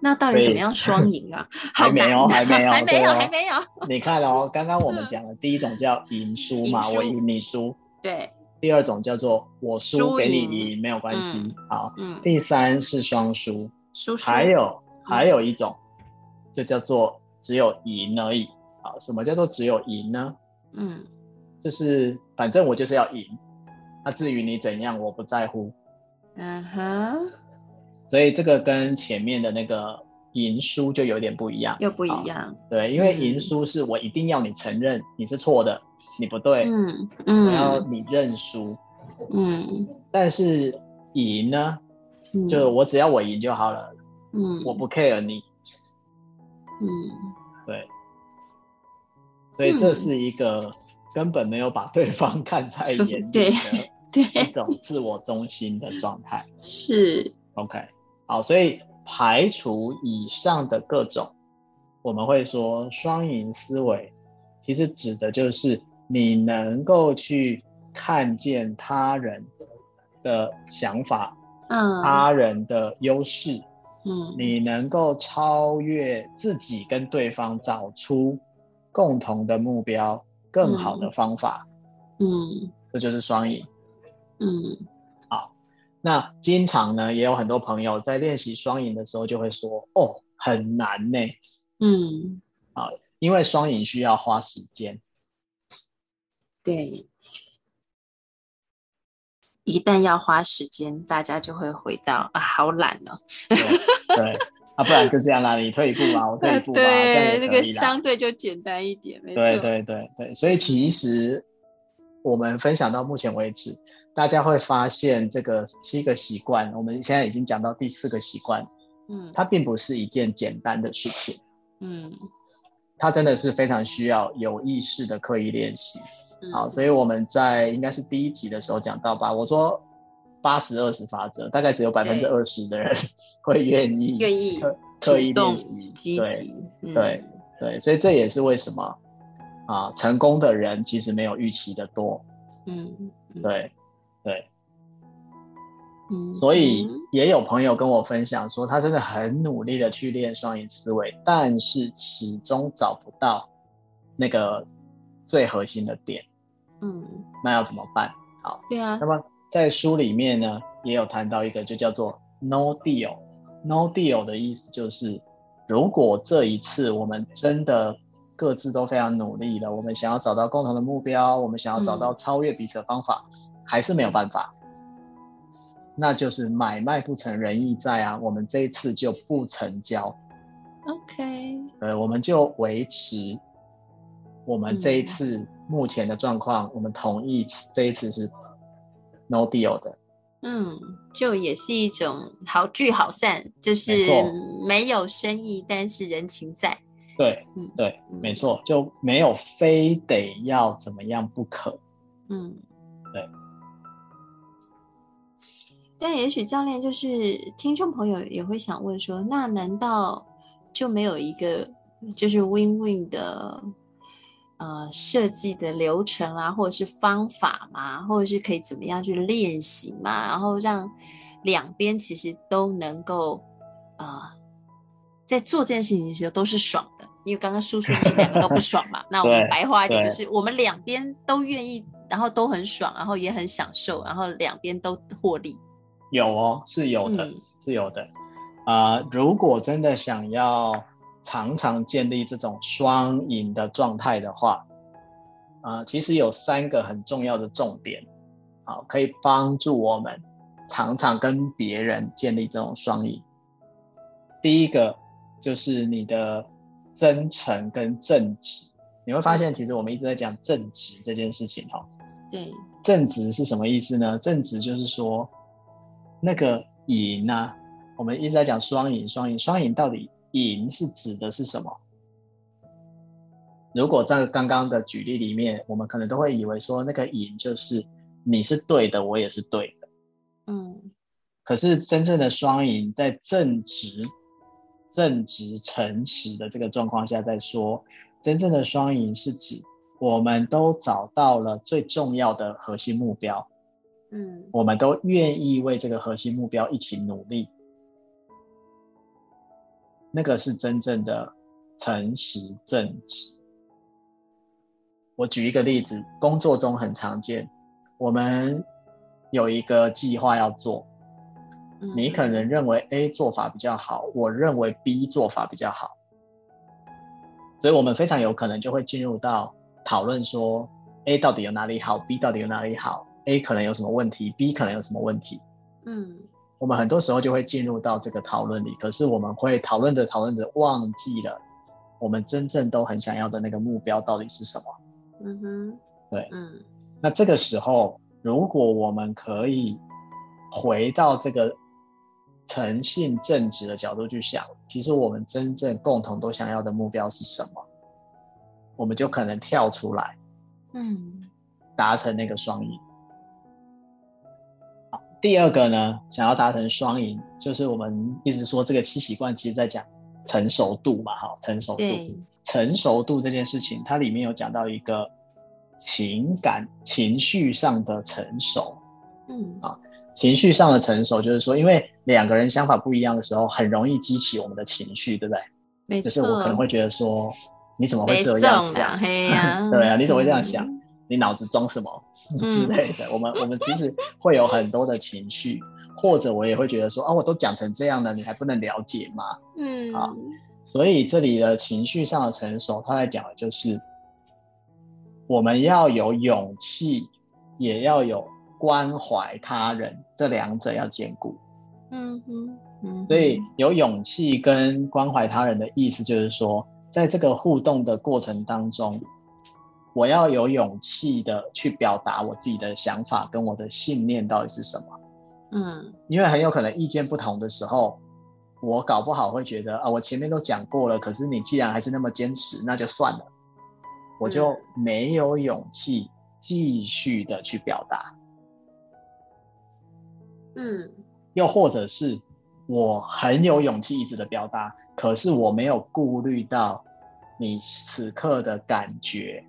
Speaker 3: 那到底怎
Speaker 1: 所以
Speaker 3: 么样双赢啊？
Speaker 1: 还
Speaker 3: 好
Speaker 1: 没
Speaker 3: 难
Speaker 1: 哦
Speaker 3: 啊
Speaker 1: 还没有
Speaker 3: 还没
Speaker 1: 对
Speaker 3: 有，
Speaker 1: 哦
Speaker 3: 还没有。
Speaker 1: 你看哦，刚刚我们讲的第一种叫赢输嘛，
Speaker 3: 赢输
Speaker 1: 我赢你输；
Speaker 3: 对，
Speaker 1: 第二种叫做我输
Speaker 3: 输
Speaker 1: 给你
Speaker 3: 赢
Speaker 1: 赢，没有关系。
Speaker 3: 嗯
Speaker 1: 好，
Speaker 3: 嗯，
Speaker 1: 第三是双输，
Speaker 3: 叔叔，
Speaker 1: 还有
Speaker 3: 嗯
Speaker 1: 还有一种，就叫做只有赢而已。好，什么叫做只有赢呢？
Speaker 3: 嗯
Speaker 1: 就是反正我就是要赢，那至于你怎样，我不在乎。
Speaker 3: 嗯哼，
Speaker 1: 所以这个跟前面的那个赢输就有点不一样，
Speaker 3: 又不一样。
Speaker 1: 对，因为
Speaker 3: 嗯
Speaker 1: 赢输是我一定要你承认你是错的，你不对，
Speaker 3: 嗯
Speaker 1: 然后
Speaker 3: 嗯
Speaker 1: 你认输。
Speaker 3: 嗯
Speaker 1: 但是赢呢，
Speaker 3: 嗯，
Speaker 1: 就是我只要我赢就好了，
Speaker 3: 嗯
Speaker 1: 我不 care 你。
Speaker 3: 嗯
Speaker 1: 所以这是一个根本没有把对方 看在眼里的
Speaker 3: 对
Speaker 1: 一
Speaker 3: 对
Speaker 1: 种自我中心的状态。
Speaker 3: 是
Speaker 1: OK，好，所以排除以上的各种，我们会说双赢思维，其实指的就是你能够去看见他人的想法、
Speaker 3: 嗯
Speaker 1: 他人的优势，
Speaker 3: 嗯
Speaker 1: 你能够超越自己跟对方，找出共同的目标、更好的方法，
Speaker 3: 嗯
Speaker 1: 这就是双赢。
Speaker 3: 嗯
Speaker 1: 那经常呢，也有很多朋友在练习双赢的时候就会说：“哦，很难呢、
Speaker 3: 嗯，
Speaker 1: 因为双赢需要花时间。
Speaker 3: 对。一旦要花时间，大家就会回到啊，好懒哦。
Speaker 1: 对”对啊，不然就这样啦，你退一步 啦，我退一步吧，这样也
Speaker 3: 对，
Speaker 1: 可
Speaker 3: 那
Speaker 1: 以
Speaker 3: 个
Speaker 1: 啦
Speaker 3: 相对就简单一点，没错。
Speaker 1: 对对对对，所以其实我们分享到目前为止，大家会发现这个七个习惯，我们现在已经讲到第四个习惯，
Speaker 3: 嗯
Speaker 1: 它并不是一件简单的事情，
Speaker 3: 嗯
Speaker 1: 它真的是非常需要有意识的刻意练习。
Speaker 3: 嗯
Speaker 1: 好，所以我们在应该是第一集的时候讲到吧，我说八十二十法则，大概只有百分之
Speaker 3: 对
Speaker 1: 二十的人 会愿意
Speaker 3: 愿意
Speaker 1: 刻刻意
Speaker 3: 主动
Speaker 1: 练习，
Speaker 3: 积
Speaker 1: 对
Speaker 3: 极，嗯
Speaker 1: 对对，所以这也是为什么啊，成功的人其实没有预期的多。
Speaker 3: 嗯嗯
Speaker 1: 对对，
Speaker 3: 嗯，
Speaker 1: 所以
Speaker 3: 嗯
Speaker 1: 也有朋友跟我分享说，他真的很努力的去练双赢思维，但是始终找不到那个最核心的点，
Speaker 3: 嗯，
Speaker 1: 那要怎么办？
Speaker 3: 对啊
Speaker 1: 那，么在书里面呢，也有谈到一个，就叫做 “no deal”。“no deal” 的意思就是，如果这一次我们真的各自都非常努力了，我们想要找到共同的目标，我们想要找到超越彼此的方法，还是没有办法，那就是买卖不成仁义在啊，我们这一次就不成交，
Speaker 3: OK，
Speaker 1: 呃，我们就维持我们这一
Speaker 3: 嗯
Speaker 1: 次目前的状况，我们同意这一次是 no deal 的。
Speaker 3: 嗯，就也是一种好聚好散，就是
Speaker 1: 没错
Speaker 3: 没有生意，但是人情在。
Speaker 1: 对
Speaker 3: 嗯，
Speaker 1: 对，
Speaker 3: 嗯
Speaker 1: 没，错，就没有非得要怎么样不可。
Speaker 3: 嗯，
Speaker 1: 对。
Speaker 3: 但也许教练就是听众朋友也会想问说，那难道就没有一个就是 win-win 的呃设计的流程啊，或者是方法吗？或者是可以怎么样去练习嘛？然后让两边其实都能够呃在做这件事情的时候都是爽的，因为刚刚叔叔是两个都不爽 嘛，那我们
Speaker 1: 对
Speaker 3: 白话一点
Speaker 1: 对
Speaker 3: 就是我们两边都愿意，然后都很爽，然后也很享受，然后两边都获利。
Speaker 1: 有哦，是有的，
Speaker 3: 嗯
Speaker 1: 是有的。啊、如果真的想要常常建立这种双赢的状态的话，啊、其实有三个很重要的重点，好，可以帮助我们常常跟别人建立这种双赢。第一个就是你的真诚跟正直，你会发现，其实我们一直在讲正直这件事情哈、哦，
Speaker 3: 对，
Speaker 1: 正直是什么意思呢？正直就是说，那个赢啊，我们一直在讲双赢，双赢，双赢到底赢是指的是什么？如果在刚刚的举例里面，我们可能都会以为说那个赢就是你是对的，我也是对的。
Speaker 3: 嗯
Speaker 1: 可是真正的双赢，在正直、正直、诚实的这个状况下，在说真正的双赢是指我们都找到了最重要的核心目标，
Speaker 3: 嗯
Speaker 1: 我们都愿意为这个核心目标一起努力，那个是真正的诚实正直。我举一个例子，工作中很常见，我们有一个计划要做，
Speaker 3: 嗯，
Speaker 1: 你可能认为 A 做法比较好，我认为 B 做法比较好，所以我们非常有可能就会进入到讨论说 A 到底有哪里好，B 到底有哪里好，A 可能有什么问题，B 可能有什么问题。
Speaker 3: 嗯
Speaker 1: 我们很多时候就会进入到这个讨论里，可是我们会讨论着讨论着，忘记了我们真正都很想要的那个目标到底是什么。
Speaker 3: 嗯哼，
Speaker 1: 对
Speaker 3: 嗯
Speaker 1: 那这个时候，如果我们可以回到这个诚信正直的角度去想，其实我们真正共同都想要的目标是什么，我们就可能跳出来
Speaker 3: 嗯
Speaker 1: 达成那个双赢。好第二个呢，想要达成双赢，就是我们一直说这个七习惯，其实在讲成熟度嘛，好，成熟度。
Speaker 3: 对，
Speaker 1: 成熟度这件事情，它里面有讲到一个情感情绪上的成熟。
Speaker 3: 嗯
Speaker 1: 情绪上的成熟，就是说，因为两个人想法不一样的时候，很容易激起我们的情绪，对不对？
Speaker 3: 没
Speaker 1: 就
Speaker 3: 错，
Speaker 1: 是我可能会觉得说，你怎么会
Speaker 3: 没
Speaker 1: 这
Speaker 3: 送
Speaker 1: 样
Speaker 3: 啦，
Speaker 1: 想？，
Speaker 3: 嘿呀
Speaker 1: 对啊，你怎么会这样想？你脑子装什么？之
Speaker 3: 嗯？嗯，
Speaker 1: 类的。我们我们其实会有很多的情绪，或者我也会觉得说啊，我都讲成这样了，你还不能了解吗？
Speaker 3: 嗯，
Speaker 1: 好所以这里的情绪上的成熟，他在讲的就是我们要有勇气，也要有关怀他人，这两者要兼顾。
Speaker 3: 嗯哼，嗯，
Speaker 1: 所以有勇气跟关怀他人的意思，就是说，在这个互动的过程当中，我要有勇气的去表达我自己的想法跟我的信念到底是什么。
Speaker 3: 嗯，
Speaker 1: 因为很有可能意见不同的时候，我搞不好会觉得啊，我前面都讲过了，可是你既然还是那么坚持，那就算了，我
Speaker 3: 嗯
Speaker 1: 就没有勇气继续的去表达。
Speaker 3: 嗯
Speaker 1: 又或者是我很有勇气一直的表达，可是我没有顾虑到你此刻的感觉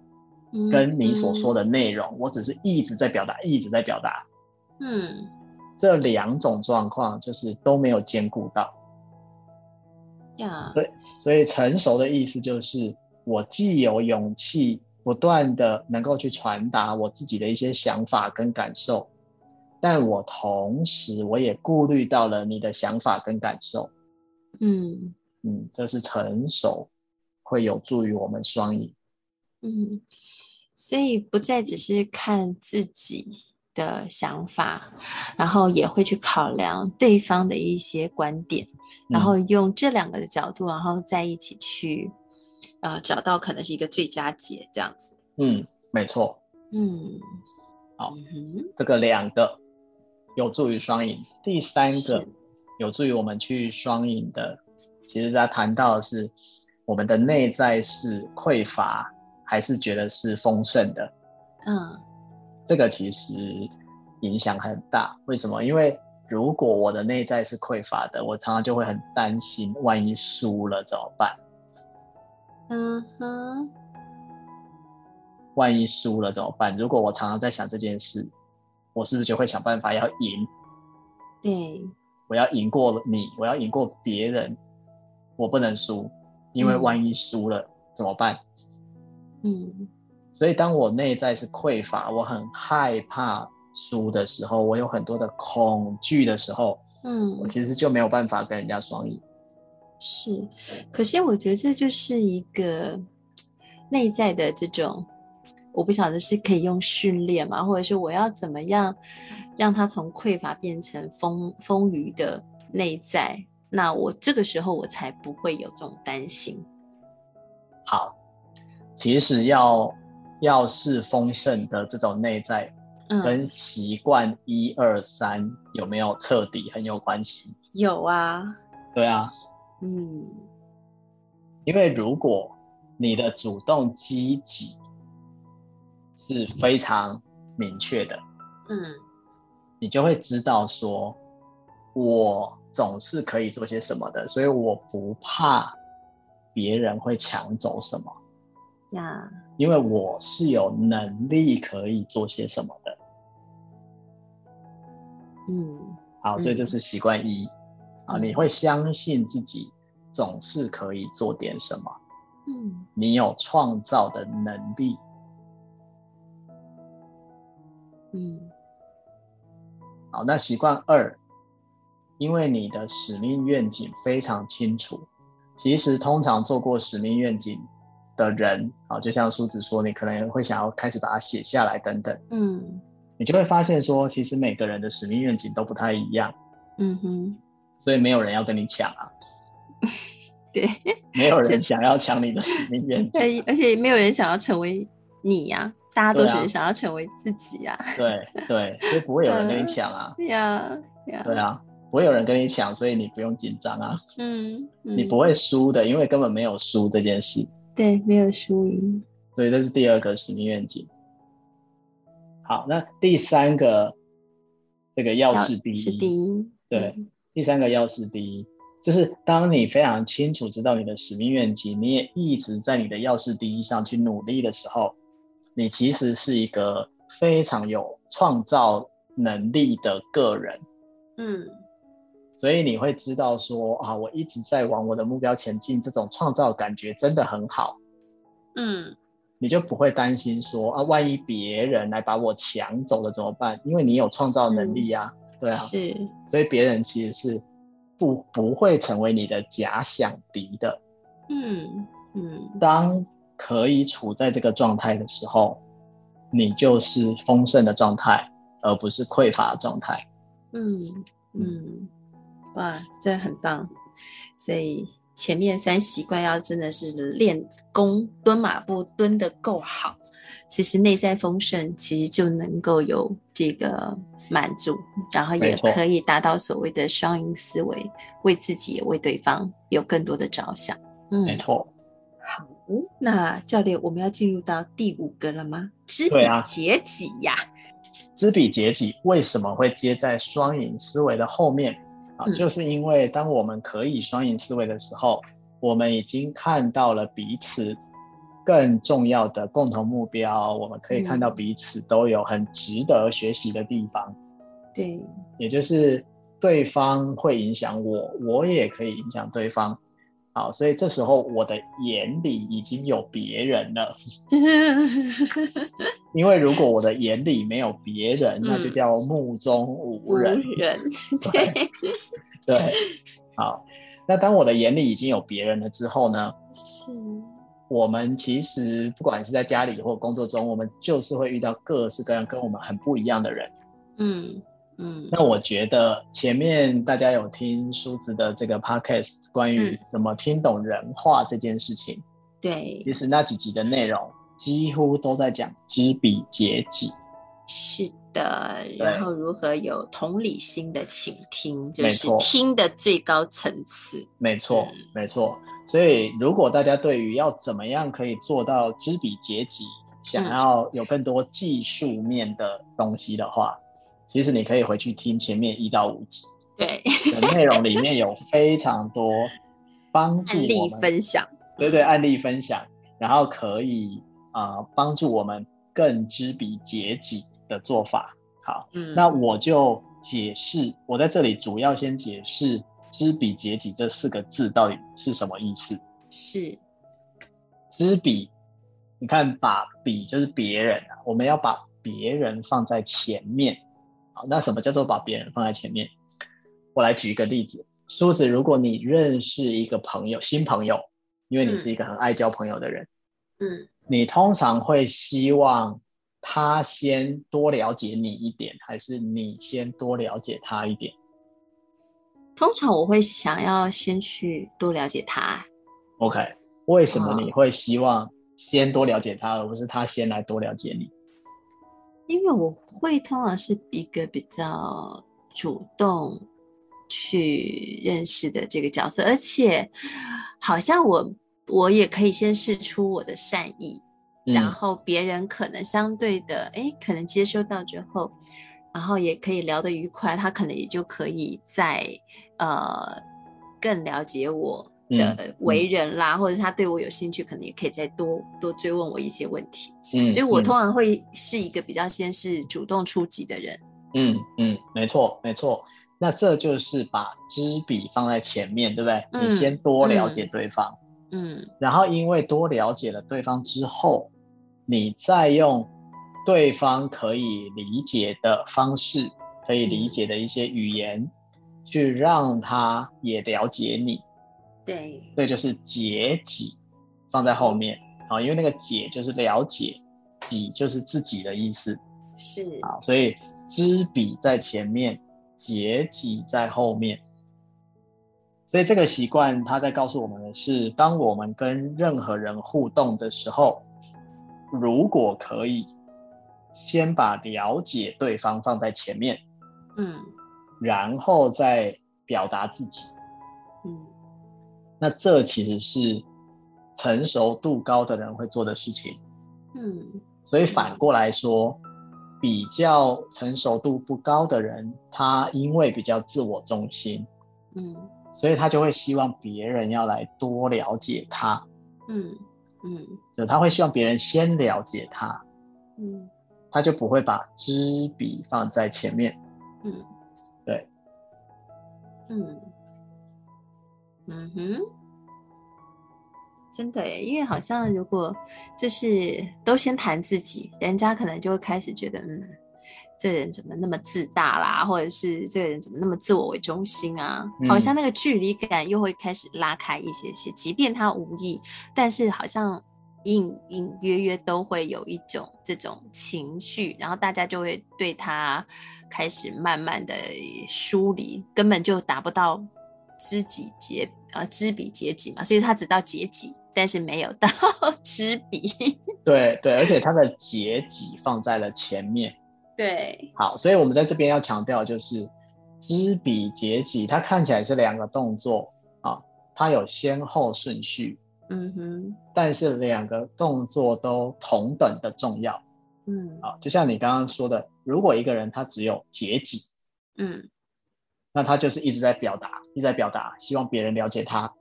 Speaker 3: 嗯，
Speaker 1: 跟你所说的内容，我只是一直在表达，一直在表达，
Speaker 3: 嗯，
Speaker 1: 这两种状况就是都没有兼顾到，
Speaker 3: 嗯呀，
Speaker 1: 所以成熟的意思就是我既有勇气，不断的能够去传达我自己的一些想法跟感受。但我同时，我也顾虑到了你的想法跟感受，
Speaker 3: 嗯。
Speaker 1: 嗯，这是成熟，会有助于我们双赢。
Speaker 3: 嗯，所以不再只是看自己的想法，然后也会去考量对方的一些观点，
Speaker 2: 嗯
Speaker 3: 然后用这两个的角度，然后在一起去，呃，找到可能是一个最佳解这样子。
Speaker 1: 嗯，嗯没错，
Speaker 3: 嗯，
Speaker 1: 好
Speaker 3: 嗯哼，
Speaker 1: 这个两个有助于双赢。第三个
Speaker 3: 是
Speaker 1: 有助于我们去双赢的，其实他谈到的是我们的内在是匮乏，还是觉得是丰盛的？
Speaker 3: 嗯
Speaker 1: 这个其实影响很大。为什么？因为如果我的内在是匮乏的，我常常就会很担心，万一输了怎么办？
Speaker 3: 嗯哼，
Speaker 1: 万一输了怎么办？如果我常常在想这件事，我是不是就会想办法要赢？
Speaker 3: 对，
Speaker 1: 我要赢过你，我要赢过别人，我不能输，因为
Speaker 3: 嗯
Speaker 1: 万一输了怎么办？
Speaker 3: 嗯
Speaker 1: 所以当我内在是匮乏，我很害怕输的时候，我有很多的恐惧的时候，
Speaker 3: 嗯
Speaker 1: 我，其实就没有办法跟人家双赢。
Speaker 3: 是，可是我觉得这就是一个内在的这种，我不晓得是可以用训练嘛，或者是我要怎么样让它从匮乏变成丰丰腴的内在，那我这个时候我才不会有这种担心。
Speaker 1: 好，其实要要是丰盛的这种内在，
Speaker 3: 嗯
Speaker 1: 跟，习惯一二三有没有彻底很有关系。
Speaker 3: 有啊，
Speaker 1: 对啊，
Speaker 3: 嗯
Speaker 1: 因为如果你的主动积极是非常明确的，
Speaker 3: 嗯
Speaker 1: 你就会知道说，我总是可以做些什么的，所以我不怕别人会抢走什么，
Speaker 3: 呀，
Speaker 1: 因为我是有能力可以做些什么的。
Speaker 3: 嗯
Speaker 1: 好，
Speaker 3: 嗯
Speaker 1: 所以这是习惯一。啊，
Speaker 3: 嗯
Speaker 1: 你会相信自己总是可以做点什么，
Speaker 3: 嗯
Speaker 1: 你有创造的能力。
Speaker 3: 嗯
Speaker 1: 好，那习惯二，因为你的使命愿景非常清楚。其实通常做过使命愿景的人啊，就像苏子说，你可能会想要开始把它写下来等等，
Speaker 3: 嗯
Speaker 1: 你就会发现说，其实每个人的使命愿景都不太一样，
Speaker 3: 嗯哼，
Speaker 1: 所以没有人要跟你抢啊，
Speaker 3: 对，
Speaker 1: 没有人想要抢你的使命 愿景。
Speaker 3: 而而且没有人想要成为你呀、大家都
Speaker 1: 对
Speaker 3: 只
Speaker 1: 啊
Speaker 3: 是想要成为自己呀、
Speaker 1: 对对，所以不会有人跟
Speaker 3: 嗯
Speaker 1: 你抢啊，
Speaker 3: 呀呀，
Speaker 1: 对啊，不会有人跟你抢，所以你不用紧张啊，
Speaker 3: 嗯，
Speaker 1: 你
Speaker 3: 嗯
Speaker 1: 不会输的，因为根本没有输这件事。
Speaker 3: 对，没有输赢，
Speaker 1: 所以这是第二个使命愿景。好，那第三个这个要事第一，
Speaker 3: 是第一，
Speaker 1: 对
Speaker 3: 嗯，
Speaker 1: 第三个要事第一，就是当你非常清楚知道你的使命愿景，你也一直在你的要事第一上去努力的时候，你其实是一个非常有创造能力的个人。
Speaker 3: 嗯
Speaker 1: 所以你会知道说啊，我一直在往我的目标前进，这种创造感觉真的很好。
Speaker 3: 嗯
Speaker 1: 你就不会担心说啊，万一别人来把我抢走了怎么办？因为你有创造能力啊，对啊，
Speaker 3: 是
Speaker 1: 所以别人其实是不不会成为你的假想敌的。
Speaker 3: 嗯嗯
Speaker 1: 当可以处在这个状态的时候，你就是丰盛的状态，而不是匮乏的状态。
Speaker 3: 嗯嗯，哇，这很棒！所以前面三习惯要真的是练功，蹲马步蹲得够好，其实内在丰盛其实就能够有这个满足，然后
Speaker 1: 没
Speaker 3: 也
Speaker 1: 错
Speaker 3: 可以达到所谓的双赢思维，为自己也为对方有更多的着想。嗯，
Speaker 1: 没错，
Speaker 3: 好，嗯那教练，我们要进入到第五个了吗？知彼
Speaker 1: 对啊
Speaker 3: 解己呀、
Speaker 1: 知彼解己为什么会接在双赢思维的后面啊？
Speaker 3: 嗯
Speaker 1: 就是因为当我们可以双赢思维的时候，我们已经看到了彼此更重要的共同目标，我们可以看到
Speaker 3: 嗯
Speaker 1: 彼此都有很值得学习的地方。
Speaker 3: 对，
Speaker 1: 也就是对方会影响我，我也可以影响对方。好，所以这时候我的眼里已经有别人了，因为如果我的眼里没有别人，那就
Speaker 3: 嗯
Speaker 1: 叫目中无
Speaker 3: 无
Speaker 1: 人。
Speaker 3: 人，对，
Speaker 1: 对，好，那当我的眼里已经有别人了之后呢，
Speaker 3: 是，
Speaker 1: 我们其实不管是在家里或工作中，我们就是会遇到各式各样跟我们很不一样的人。
Speaker 3: 嗯嗯
Speaker 1: 那我觉得前面大家有听梳子的这个 podcast 关于
Speaker 3: 嗯
Speaker 1: 怎么听懂人话这件事情，
Speaker 3: 对
Speaker 1: 其，实那几集的内容几乎都在讲知彼解己，
Speaker 3: 是的。然后如何有同理心的倾听，就
Speaker 1: 没
Speaker 3: 是
Speaker 1: 错
Speaker 3: 听的最高层次。
Speaker 1: 没错
Speaker 3: 嗯，
Speaker 1: 没错。所以如果大家对于要怎么样可以做到知彼解己，想
Speaker 3: 嗯
Speaker 1: 要有更多技术面的东西的话，其实你可以回去听前面一到五集
Speaker 3: 对，
Speaker 1: 的内容，里面有非常多帮助
Speaker 3: 案
Speaker 1: 我
Speaker 3: 例
Speaker 1: 们
Speaker 3: 分享，
Speaker 1: 对对，案例分享，然后可以啊、呃帮助我们更知彼解己的做法。好，
Speaker 3: 嗯，
Speaker 1: 那我就解释，我在这里主要先解释“知彼解己”这四个字到底是什么意思。
Speaker 3: 是，
Speaker 1: 知彼，你看，把彼就是别人啊，我们要把别人放在前面。好，那什么叫做把别人放在前面？我来举一个例子，梳子，如果你认识一个朋友，新朋友，因为你
Speaker 3: 嗯
Speaker 1: 是一个很爱交朋友的人，
Speaker 3: 嗯
Speaker 1: 你通常会希望他先多了解你一点，还是你先多了解他一点？
Speaker 3: 通常我会想要先去多了解他，
Speaker 1: OK，为什么你会希望先多了解他，而不是他先来多了解你？
Speaker 3: 因为我会通常是一个比较主动去认识的这个角色，而且好像我我也可以先试出我的善意，然
Speaker 1: 嗯，
Speaker 3: 后别人可能相对的，哎，可能接收到之后，然后也可以聊得愉快，他可能也就可以在呃更了解我的为人啦，或者他对我有兴趣，可能也可以再多多追问我一些问题。
Speaker 1: 嗯
Speaker 3: 所以我
Speaker 1: 嗯
Speaker 3: 通常会是一个比较先是主动出击的人。
Speaker 1: 嗯嗯，没错没错。那这就是把知彼放在前面，对不对？
Speaker 3: 嗯
Speaker 1: 你先多了解对方，
Speaker 3: 嗯，
Speaker 1: 然后因为多了解了对方之后，你再用对方可以理解的方式，可以
Speaker 3: 嗯
Speaker 1: 理解的一些语言，去让他也了解你，
Speaker 3: 对，
Speaker 1: 这就是解己，放在后面啊，因为那个解就是了解，己就是自己的意思
Speaker 3: 是，
Speaker 1: 啊，所以知彼在前面，解己在后面。所以这个习惯，它在告诉我们的是，当我们跟任何人互动的时候，如果可以，先把了解对方放在前面，
Speaker 3: 嗯
Speaker 1: 然后再表达自己。
Speaker 3: 嗯，
Speaker 1: 那这其实是成熟度高的人会做的事情。
Speaker 3: 嗯，
Speaker 1: 所以反过来说，比较成熟度不高的人，他因为比较自我中心，
Speaker 3: 嗯，
Speaker 1: 所以他就会希望别人要来多了解他，
Speaker 3: 嗯，嗯，
Speaker 1: 就他会希望别人先了解他，
Speaker 3: 嗯，
Speaker 1: 他就不会把知彼放在前面。
Speaker 3: 嗯，
Speaker 1: 对，
Speaker 3: 嗯，嗯哼，真的耶，因为好像如果就是都先谈自己，人家可能就会开始觉得，嗯，这人怎么那么自大啦，或者是这个人怎么那么自我为中心啊？
Speaker 1: 嗯
Speaker 3: 好像那个距离感又会开始拉开一些些，即便他无意，但是好像隐隐约约都会有一种这种情绪，然后大家就会对他开始慢慢的疏离，根本就达不到知己解呃知彼解己嘛，所以他只到解己，但是没有到 知彼。
Speaker 1: 对对，而且它的结己放在了前面。
Speaker 3: 对，
Speaker 1: 好，所以我们在这边要强调的就是知彼解己，它看起来是两个动作啊，它有先后顺序，
Speaker 3: 嗯哼，
Speaker 1: 但是两个动作都同等的重要
Speaker 3: 嗯
Speaker 1: 啊。就像你刚刚说的，如果一个人他只有解己，
Speaker 3: 嗯，
Speaker 1: 那他就是一直在表达，一直在表达，希望别人了解他，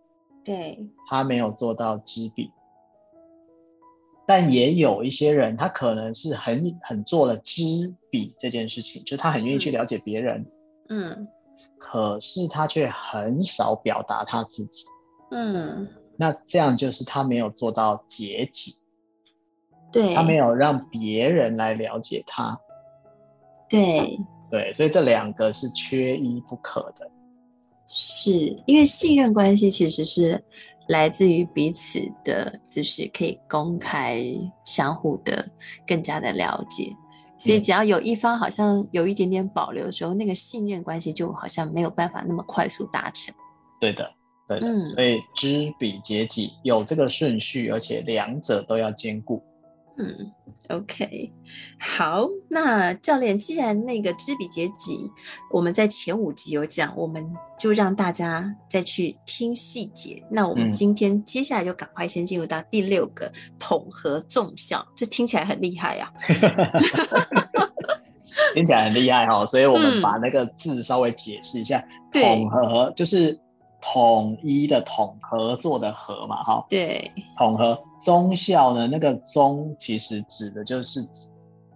Speaker 3: 对，
Speaker 1: 他没有做到知彼。但也有一些人，他可能是很很做了知彼这件事情，就是他很愿意去了解别人，
Speaker 3: 嗯
Speaker 1: 可是他却很少表达他自己。
Speaker 3: 嗯，
Speaker 1: 那这样就是他没有做到解己，
Speaker 3: 对，
Speaker 1: 他没有让别人来了解他。
Speaker 3: 对，
Speaker 1: 对，所以这两个是缺一不可的。
Speaker 3: 是因为信任关系其实是来自于彼此的，就是可以公开相互的更加的了解。所以
Speaker 1: 嗯
Speaker 3: 只要有一方好像有一点点保留的时候，那个信任关系就好像没有办法那么快速达成。
Speaker 1: 对的，对的。
Speaker 3: 嗯
Speaker 1: 所以知彼解己有这个顺序，而且两者都要兼顾。
Speaker 3: 嗯，OK，好，那教练，既然那个知彼解己，我们在前五集有讲，我们就让大家再去听细节。那我们
Speaker 1: 嗯
Speaker 3: 今天接下来就赶快先进入到第六个统合纵效，这听起来很厉害啊。
Speaker 1: 听起来很厉害哈、哦，所以我
Speaker 3: 嗯
Speaker 1: 们把那个字稍微解释一下。
Speaker 3: 对
Speaker 1: 统合就是统一的统，合作的合嘛，哈、
Speaker 3: 对，
Speaker 1: 统合综效呢，那个综其实指的就是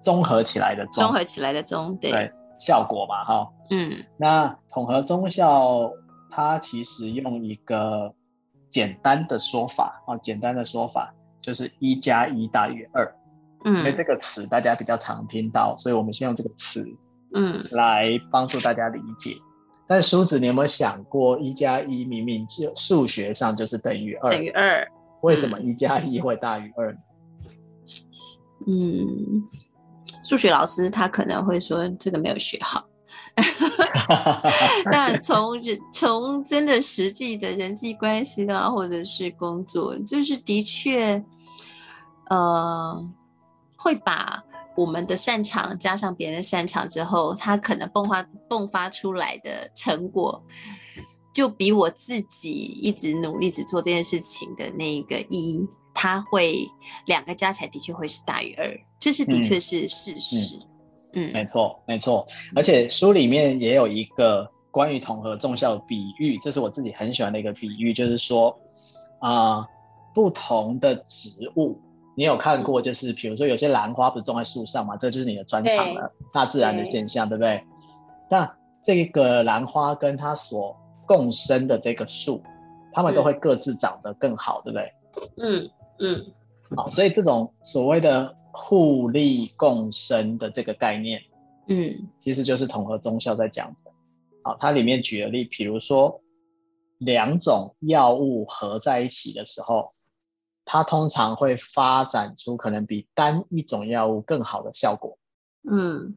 Speaker 1: 综合起来的综，
Speaker 3: 综合起来的综，对，
Speaker 1: 对效果嘛，哈、
Speaker 3: 嗯
Speaker 1: 那统合综效，它其实用一个简单的说法啊、简单的说法就是一加一大于二，因为
Speaker 3: 嗯
Speaker 1: 这个词大家比较常听到，所以我们先用这个词
Speaker 3: 嗯，
Speaker 1: 来帮助大家理解。但梳子，你有没有想过，一加一明明就数学上就是等于二，
Speaker 3: 等于二，
Speaker 1: 为什么一加一会大于二呢？
Speaker 3: 嗯。数学老师他可能会说这个没有学好， 那从人从真的实际的人际关系啦，或者是工作，就是的确，呃，会把我们的擅长加上别人的擅长之后，他可能迸发迸发出来的成果，就比我自己一直努力只做这件事情的那个一，他会两个加起来的确会是大于二，这是的
Speaker 1: 嗯
Speaker 3: 确是事实。嗯，
Speaker 1: 没错，没错。而且书里面也有一个关于统合纵效的比喻，这是我自己很喜欢的一个比喻，就是说啊、不同的植物，你有看过，就是比如说有些兰花不是种在树上嘛，这就是你的专长了，大自然的现象，对不对？那这个兰花跟它所共生的这个树，它们都会各自长得更好，对不对？
Speaker 3: 嗯嗯
Speaker 1: 好，所以这种所谓的互利共生的这个概念。
Speaker 3: 嗯
Speaker 1: 其实就是统合中效在讲的。好，它里面举了例，比如说两种药物合在一起的时候，它通常会发展出可能比单一种药物更好的效果。
Speaker 3: 嗯，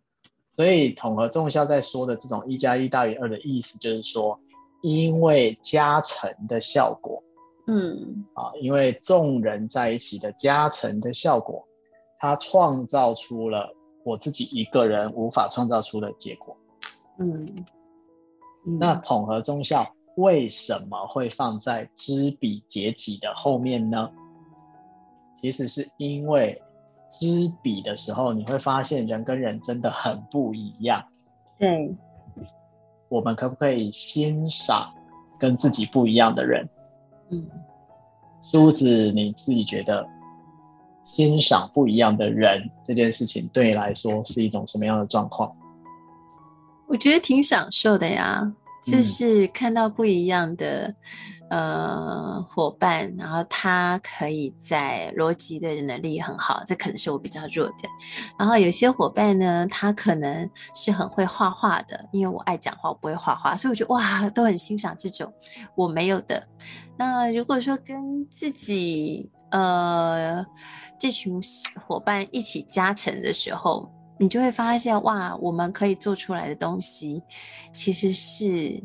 Speaker 1: 所以统合中效在说的这种一加一大于二的意思，就是说因为加成的效果
Speaker 3: 嗯，
Speaker 1: 啊，因为众人在一起的加成的效果，它创造出了我自己一个人无法创造出的结果。
Speaker 3: 嗯，
Speaker 1: 那统合中效为什么会放在知彼解己的后面呢？其实是因为知彼的时候，你会发现人跟人真的很不一样。
Speaker 3: 对，
Speaker 1: 我们可不可以欣赏跟自己不一样的人？
Speaker 3: 嗯，
Speaker 1: 梳子，你自己觉得欣赏不一样的人这件事情对你来说是一种什么样的状况？
Speaker 3: 我觉得挺享受的呀，就
Speaker 1: 嗯
Speaker 3: 是看到不一样的，呃伙伴，然后他可以在逻辑的能力很好，这可能是我比较弱的。然后有些伙伴呢，他可能是很会画画的，因为我爱讲话，我不会画画，所以我觉得哇，都很欣赏这种我没有的。那如果说跟自己呃这群伙伴一起加成的时候，你就会发现哇，我们可以做出来的东西其实是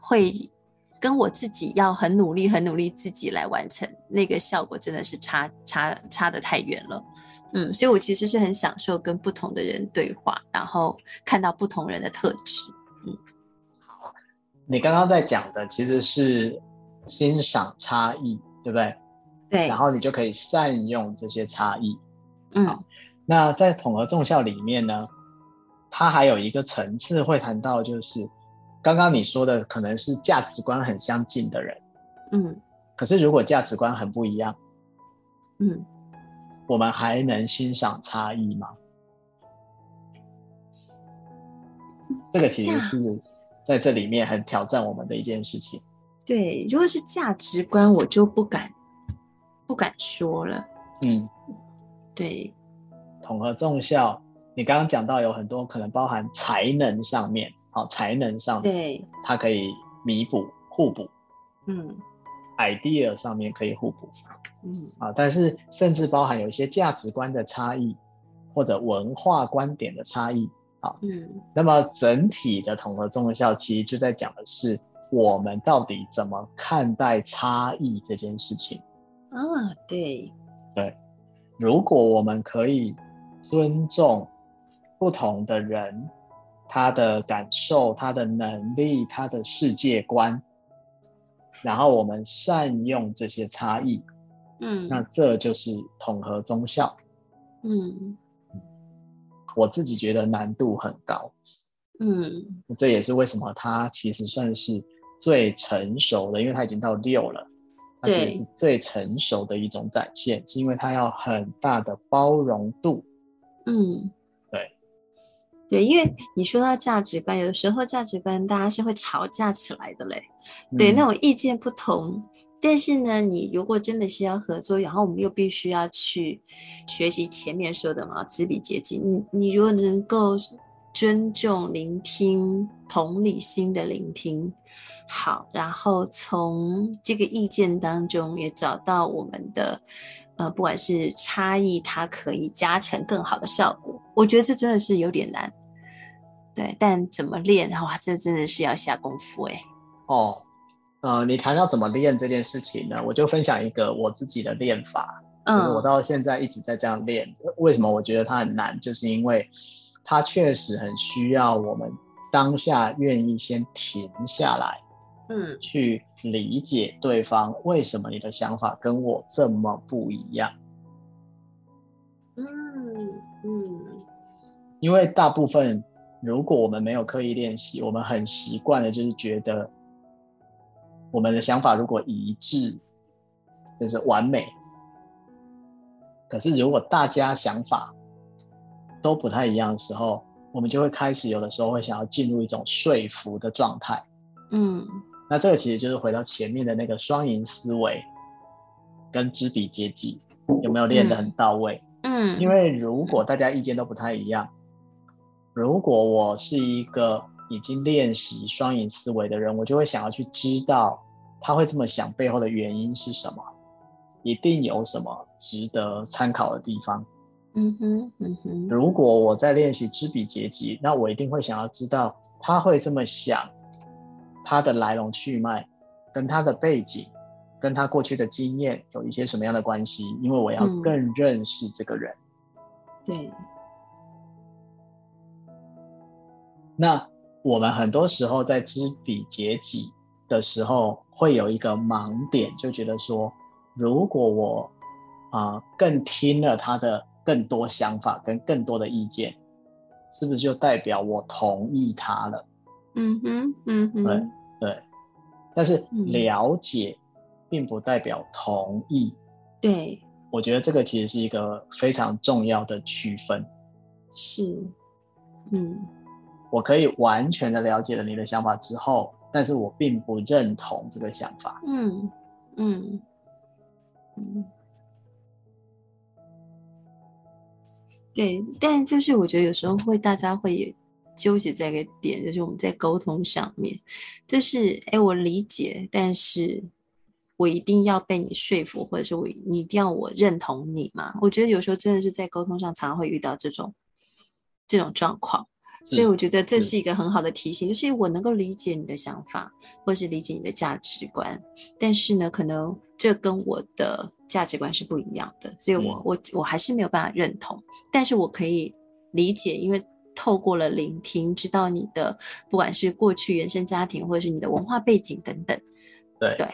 Speaker 3: 会跟我自己要很努力、很努力自己来完成，那个效果真的是差差差的太远了。嗯，所以我其实是很享受跟不同的人对话，然后看到不同人的特质。
Speaker 1: 你刚刚在讲的其实是欣赏差异，对不对？
Speaker 3: 对
Speaker 1: 然后你就可以善用这些差异。
Speaker 3: 嗯
Speaker 1: 那在统合纵效里面呢，它还有一个层次会谈到，就是刚刚你说的可能是价值观很相近的人，
Speaker 3: 嗯
Speaker 1: 可是如果价值观很不一样，
Speaker 3: 嗯，
Speaker 1: 我们还能欣赏差异吗？这个其实是在这里面很挑战我们的一件事情。
Speaker 3: 对，如果是价值观，我就不敢不敢说了。
Speaker 1: 嗯，
Speaker 3: 对，
Speaker 1: 统合纵效，你刚刚讲到有很多可能包含才能上面，好、才能上面，
Speaker 3: 对，
Speaker 1: 它可以弥补互补
Speaker 3: 嗯
Speaker 1: ，idea 上面可以互补
Speaker 3: 嗯
Speaker 1: 啊，但是甚至包含有一些价值观的差异或者文化观点的差异，
Speaker 3: 嗯
Speaker 1: 那么整体的统合综效其实就在讲的是我们到底怎么看待差异这件事情。
Speaker 3: 啊，对，
Speaker 1: 如果我们可以尊重不同的人，他的感受、他的能力、他的世界观，然后我们善用这些差异，
Speaker 3: 嗯
Speaker 1: 那这就是统合综效。
Speaker 3: 嗯
Speaker 1: 我自己觉得难度很高。
Speaker 3: 嗯
Speaker 1: 这也是为什么它其实算是最成熟的，因为它已经到六了，它其
Speaker 3: 对
Speaker 1: 实是最成熟的一种展现，是因为它要很大的包容度。
Speaker 3: 嗯，
Speaker 1: 对
Speaker 3: 对，因为你说到价值观，有时候价值观大家是会吵架起来的嘞。对，
Speaker 1: 嗯
Speaker 3: 那种意见不同。但是呢，你如果真的是要合作，然后我们又必须要去学习前面说的嘛，知彼解己。你你如果能够尊重、聆听、同理心的聆听，好，然后从这个意见当中也找到我们的，呃，不管是差异，它可以加成更好的效果。我觉得这真的是有点难，对，但怎么练哇，这真的是要下功夫哎、
Speaker 1: 哦，呃，你谈到怎么练这件事情呢，我就分享一个我自己的练法，就是
Speaker 3: 嗯
Speaker 1: 我到现在一直在这样练。为什么我觉得它很难，就是因为它确实很需要我们当下愿意先停下来。
Speaker 3: 嗯
Speaker 1: 去理解对方为什么你的想法跟我这么不一样。
Speaker 3: 嗯嗯
Speaker 1: 因为大部分如果我们没有刻意练习，我们很习惯的就是觉得我们的想法如果一致，就是完美。可是如果大家想法都不太一样的时候，我们就会开始有的时候会想要进入一种说服的状态。
Speaker 3: 嗯
Speaker 1: 那这个其实就是回到前面的那个双赢思维跟知彼解己，有没有练得很到位？
Speaker 3: 嗯，
Speaker 1: 因为如果大家意见都不太一样，如果我是一个已经练习双赢思维的人，我就会想要去知道他会这么想背后的原因是什么，一定有什么值得参考的地方。
Speaker 3: 嗯哼嗯哼
Speaker 1: 如果我在练习知彼解己，那我一定会想要知道他会这么想，他的来龙去脉，跟他的背景，跟他过去的经验有一些什么样的关系，因为我要
Speaker 3: 嗯
Speaker 1: 更认识这个人。
Speaker 3: 对
Speaker 1: 那我们很多时候在知彼解己的时候，会有一个盲点，就觉得说，如果我啊、更听了他的更多想法跟更多的意见，是不是就代表我同意他了？
Speaker 3: 嗯哼嗯哼
Speaker 1: 对对，但是
Speaker 3: 嗯
Speaker 1: 了解并不代表同意，
Speaker 3: 对
Speaker 1: 我觉得这个其实是一个非常重要的区分。
Speaker 3: 是嗯嗯
Speaker 1: 我可以完全的了解了你的想法之后，
Speaker 2: 但是我并不认同这个想法。
Speaker 3: 嗯嗯嗯，对，但就是我觉得有时候会大家会纠结在一个点，就是我们在沟通上面，就是哎，我理解，但是我一定要被你说服，或者是我你一定要我认同你嘛？我觉得有时候真的是在沟通上常常会遇到这种这种状况。所
Speaker 2: 嗯
Speaker 3: 以我觉得这
Speaker 2: 是
Speaker 3: 是一个很好的提醒，就是我能够理解你的想法，或是理解你的价值观，但是呢，可能这跟我的价值观是不一样的，所以我、
Speaker 2: 嗯
Speaker 3: 我我还是没有办法认同，但是我可以理解，因为透过了聆听，知道你的不管是过去原生家庭，或者是你的文化背景等等，
Speaker 2: 对
Speaker 3: 对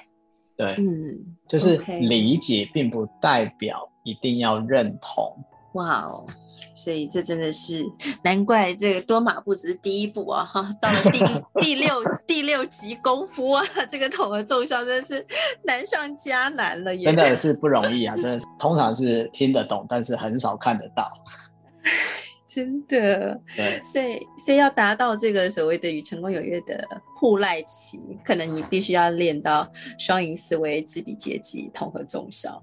Speaker 2: 对，
Speaker 3: 嗯，
Speaker 2: 就是
Speaker 3: ，OK
Speaker 2: 理解并不代表一定要认同。
Speaker 3: 哇哦。所以这真的是难怪，这个多马步只是第一步啊，哈，到了 第第六第六集功夫啊， 这个桶的重伤真的是难上加难了耶，
Speaker 2: 真的是不容易啊！真的是，通常是听得懂，但是很少看得到。
Speaker 3: 真的。
Speaker 2: 对，
Speaker 3: 所以，所以要达到这个所谓的与成功有约的互赖期，可能你必须要练到双赢思维、知彼解己、统合众效。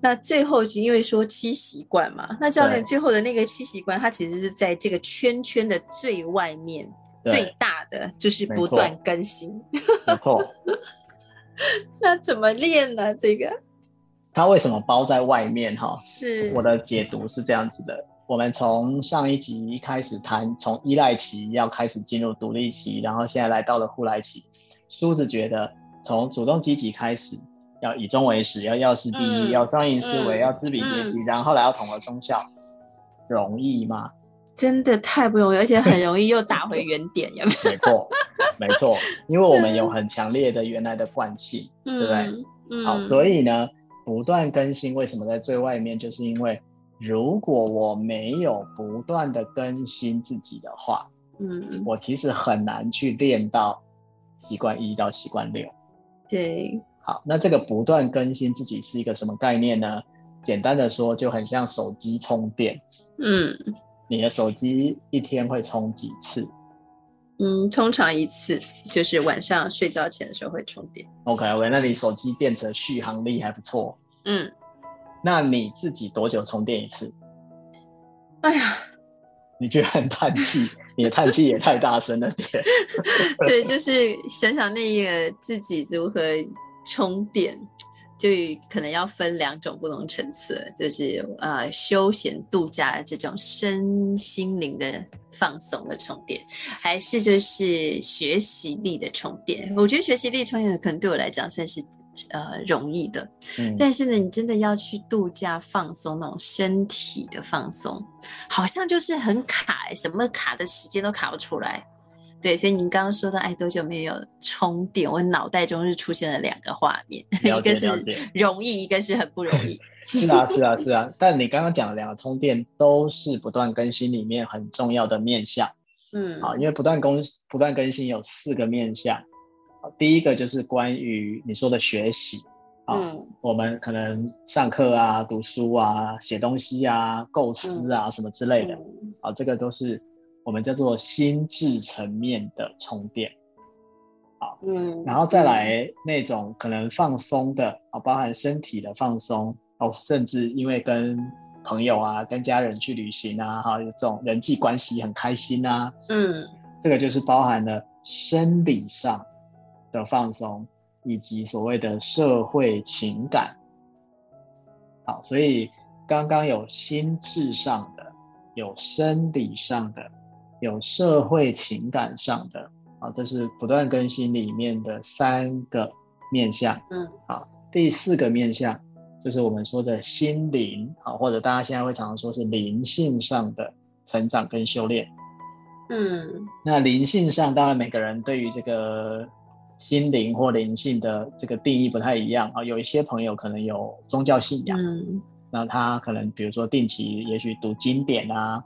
Speaker 3: 那最后是因为说七习惯嘛，那教练
Speaker 2: 对
Speaker 3: 最后的那个七习惯，它其实是在这个圈圈的最外面、
Speaker 2: 对
Speaker 3: 最大的，就是
Speaker 2: 没
Speaker 3: 不
Speaker 2: 错
Speaker 3: 断更新。
Speaker 2: 没错。
Speaker 3: 那怎么练呢？这个
Speaker 2: 它为什么包在外面？哈，
Speaker 3: 是
Speaker 2: 我的解读是这样子的：我们从上一集开始谈，从依赖期要开始进入独立期，然后现在来到了互赖期。梳子觉得，从主动积极开始，要以终为始，要要事第一，
Speaker 3: 嗯
Speaker 2: 要双赢思维，
Speaker 3: 嗯
Speaker 2: 要知彼解己，然后后来要统合中效，容易吗？
Speaker 3: 真的太不容易，而且很容易又打回原点，有没有？
Speaker 2: 没 错，没错，因为我们
Speaker 3: 嗯
Speaker 2: 有很强烈的原来的惯性。
Speaker 3: 对
Speaker 2: 不对？
Speaker 3: 嗯，
Speaker 2: 好，所以呢，不断更新为什么在最外面？就是因为如果我没有不断的更新自己的话，
Speaker 3: 嗯，
Speaker 2: 我其实很难去练到习惯一到习惯六。
Speaker 3: 对，
Speaker 2: 好，那这个不断更新自己是一个什么概念呢？简单的说，就很像手机充电，
Speaker 3: 嗯。
Speaker 2: 你的手机一天会充几次
Speaker 3: 嗯，通常一次就是晚上睡觉前的时候会充电。
Speaker 2: ？OK，喂，那你手机电池的续航力还不错。
Speaker 3: 嗯，
Speaker 2: 那你自己多久充电一次？
Speaker 3: 哎呀，
Speaker 2: 你居然叹气，你的叹气也太大声了点。
Speaker 3: 对，就是想想那个自己如何充电，就可能要分两种不同层次了，就是呃休闲度假这种身心灵的放松的充电，还是就是学习力的充电。我觉得学习力充电可能对我来讲算是呃容易的，
Speaker 2: 嗯，
Speaker 3: 但是呢，你真的要去度假放松，那种身体的放松，好像就是很卡、欸，什么卡的时间都卡不出来。对，所以您刚刚说到，哎，多久没有充电？我脑袋中是出现了两个画面，
Speaker 2: 了
Speaker 3: 一
Speaker 2: 解
Speaker 3: 个
Speaker 2: 了
Speaker 3: 是
Speaker 2: 解，
Speaker 3: 容易，一个是很不容 易。
Speaker 2: 是啊是啊是啊。但你刚刚讲的两个充电都是不断更新里面很重要的面向
Speaker 3: 嗯，
Speaker 2: 啊，因为不断更不断更新有四个面向。啊第一个就是关于你说的学习，好
Speaker 3: 嗯
Speaker 2: 我们可能上课啊、读书啊、写东西啊、构思啊什么之类的
Speaker 3: 嗯
Speaker 2: 啊，这个都是我们叫做心智层面的充电。
Speaker 3: 嗯，
Speaker 2: 然后再来那种可能放松的啊，包含身体的放松哦，甚至因为跟朋友啊、跟家人去旅行啊，哈、有这种人际关系很开心啊，
Speaker 3: 嗯，
Speaker 2: 这个就是包含了生理上的放松，以及所谓的社会情感。好，所以刚刚有心智上的，有生理上的，有社会情感上的，啊，这是不断更新里面的三个面向。
Speaker 3: 嗯，
Speaker 2: 好，第四个面向就是我们说的心灵，好，或者大家现在会常常说是灵性上的成长跟修炼。
Speaker 3: 嗯
Speaker 2: 那灵性上，当然每个人对于这个心灵或灵性的这个定义不太一样啊。有一些朋友可能有宗教信仰，
Speaker 3: 嗯
Speaker 2: 那他可能比如说定期也许读经典啊，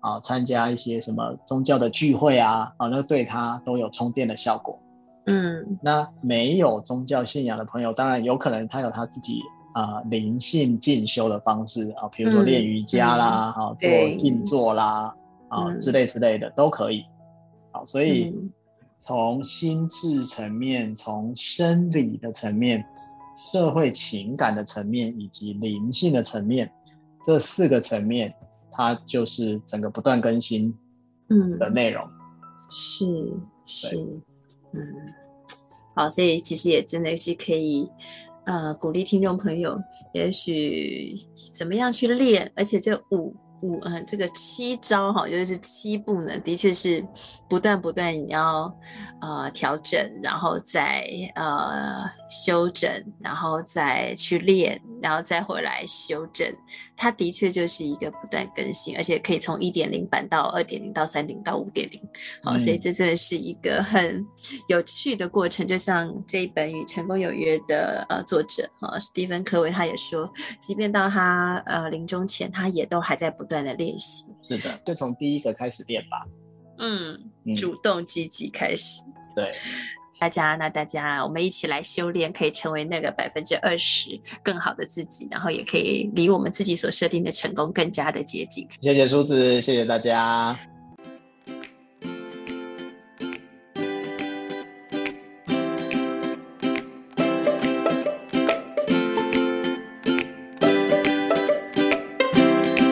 Speaker 2: 啊，参加一些什么宗教的聚会啊，啊，那对他都有充电的效果。
Speaker 3: 嗯
Speaker 2: 那没有宗教信仰的朋友，当然有可能他有他自己啊、呃灵性进修的方式啊，比如说
Speaker 3: 嗯
Speaker 2: 练瑜伽啦，哈、做
Speaker 3: 对
Speaker 2: 静坐啦，啊、
Speaker 3: 嗯
Speaker 2: 之类之类的都可以。好，所以
Speaker 3: 嗯
Speaker 2: 从心智层面、从生理的层面、社会情感的层面以及灵性的层面这四个层面，它就是整个不断更新
Speaker 3: 嗯
Speaker 2: 的内容。
Speaker 3: 是是，嗯，好，所以其实也真的是可以，呃，鼓励听众朋友，也许怎么样去练，而且这五五嗯、呃这个七招哈，就是七步呢，的确是不断不断你要呃调整，然后再呃修整，然后再去练，然后再回来修整，它的确就是一个不断更新，而且可以从一点零版到二点零到三点零到五点零。好、所以
Speaker 2: 嗯
Speaker 3: 这真的是一个很有趣的过程。就像这一本《与成功有约》的呃作者呃史蒂芬·科维，他也说，即便到他呃临终前，他也都还在不断的练习。
Speaker 2: 是的，就从第一个开始练吧。
Speaker 3: 嗯，
Speaker 2: 嗯，
Speaker 3: 主动积极开始。
Speaker 2: 对，
Speaker 3: 大家，那大家，我们一起来修炼，可以成为那个百分之二十更好的自己，然后也可以离我们自己所设定的成功更加的接近。
Speaker 2: 谢谢梳子，谢谢大家，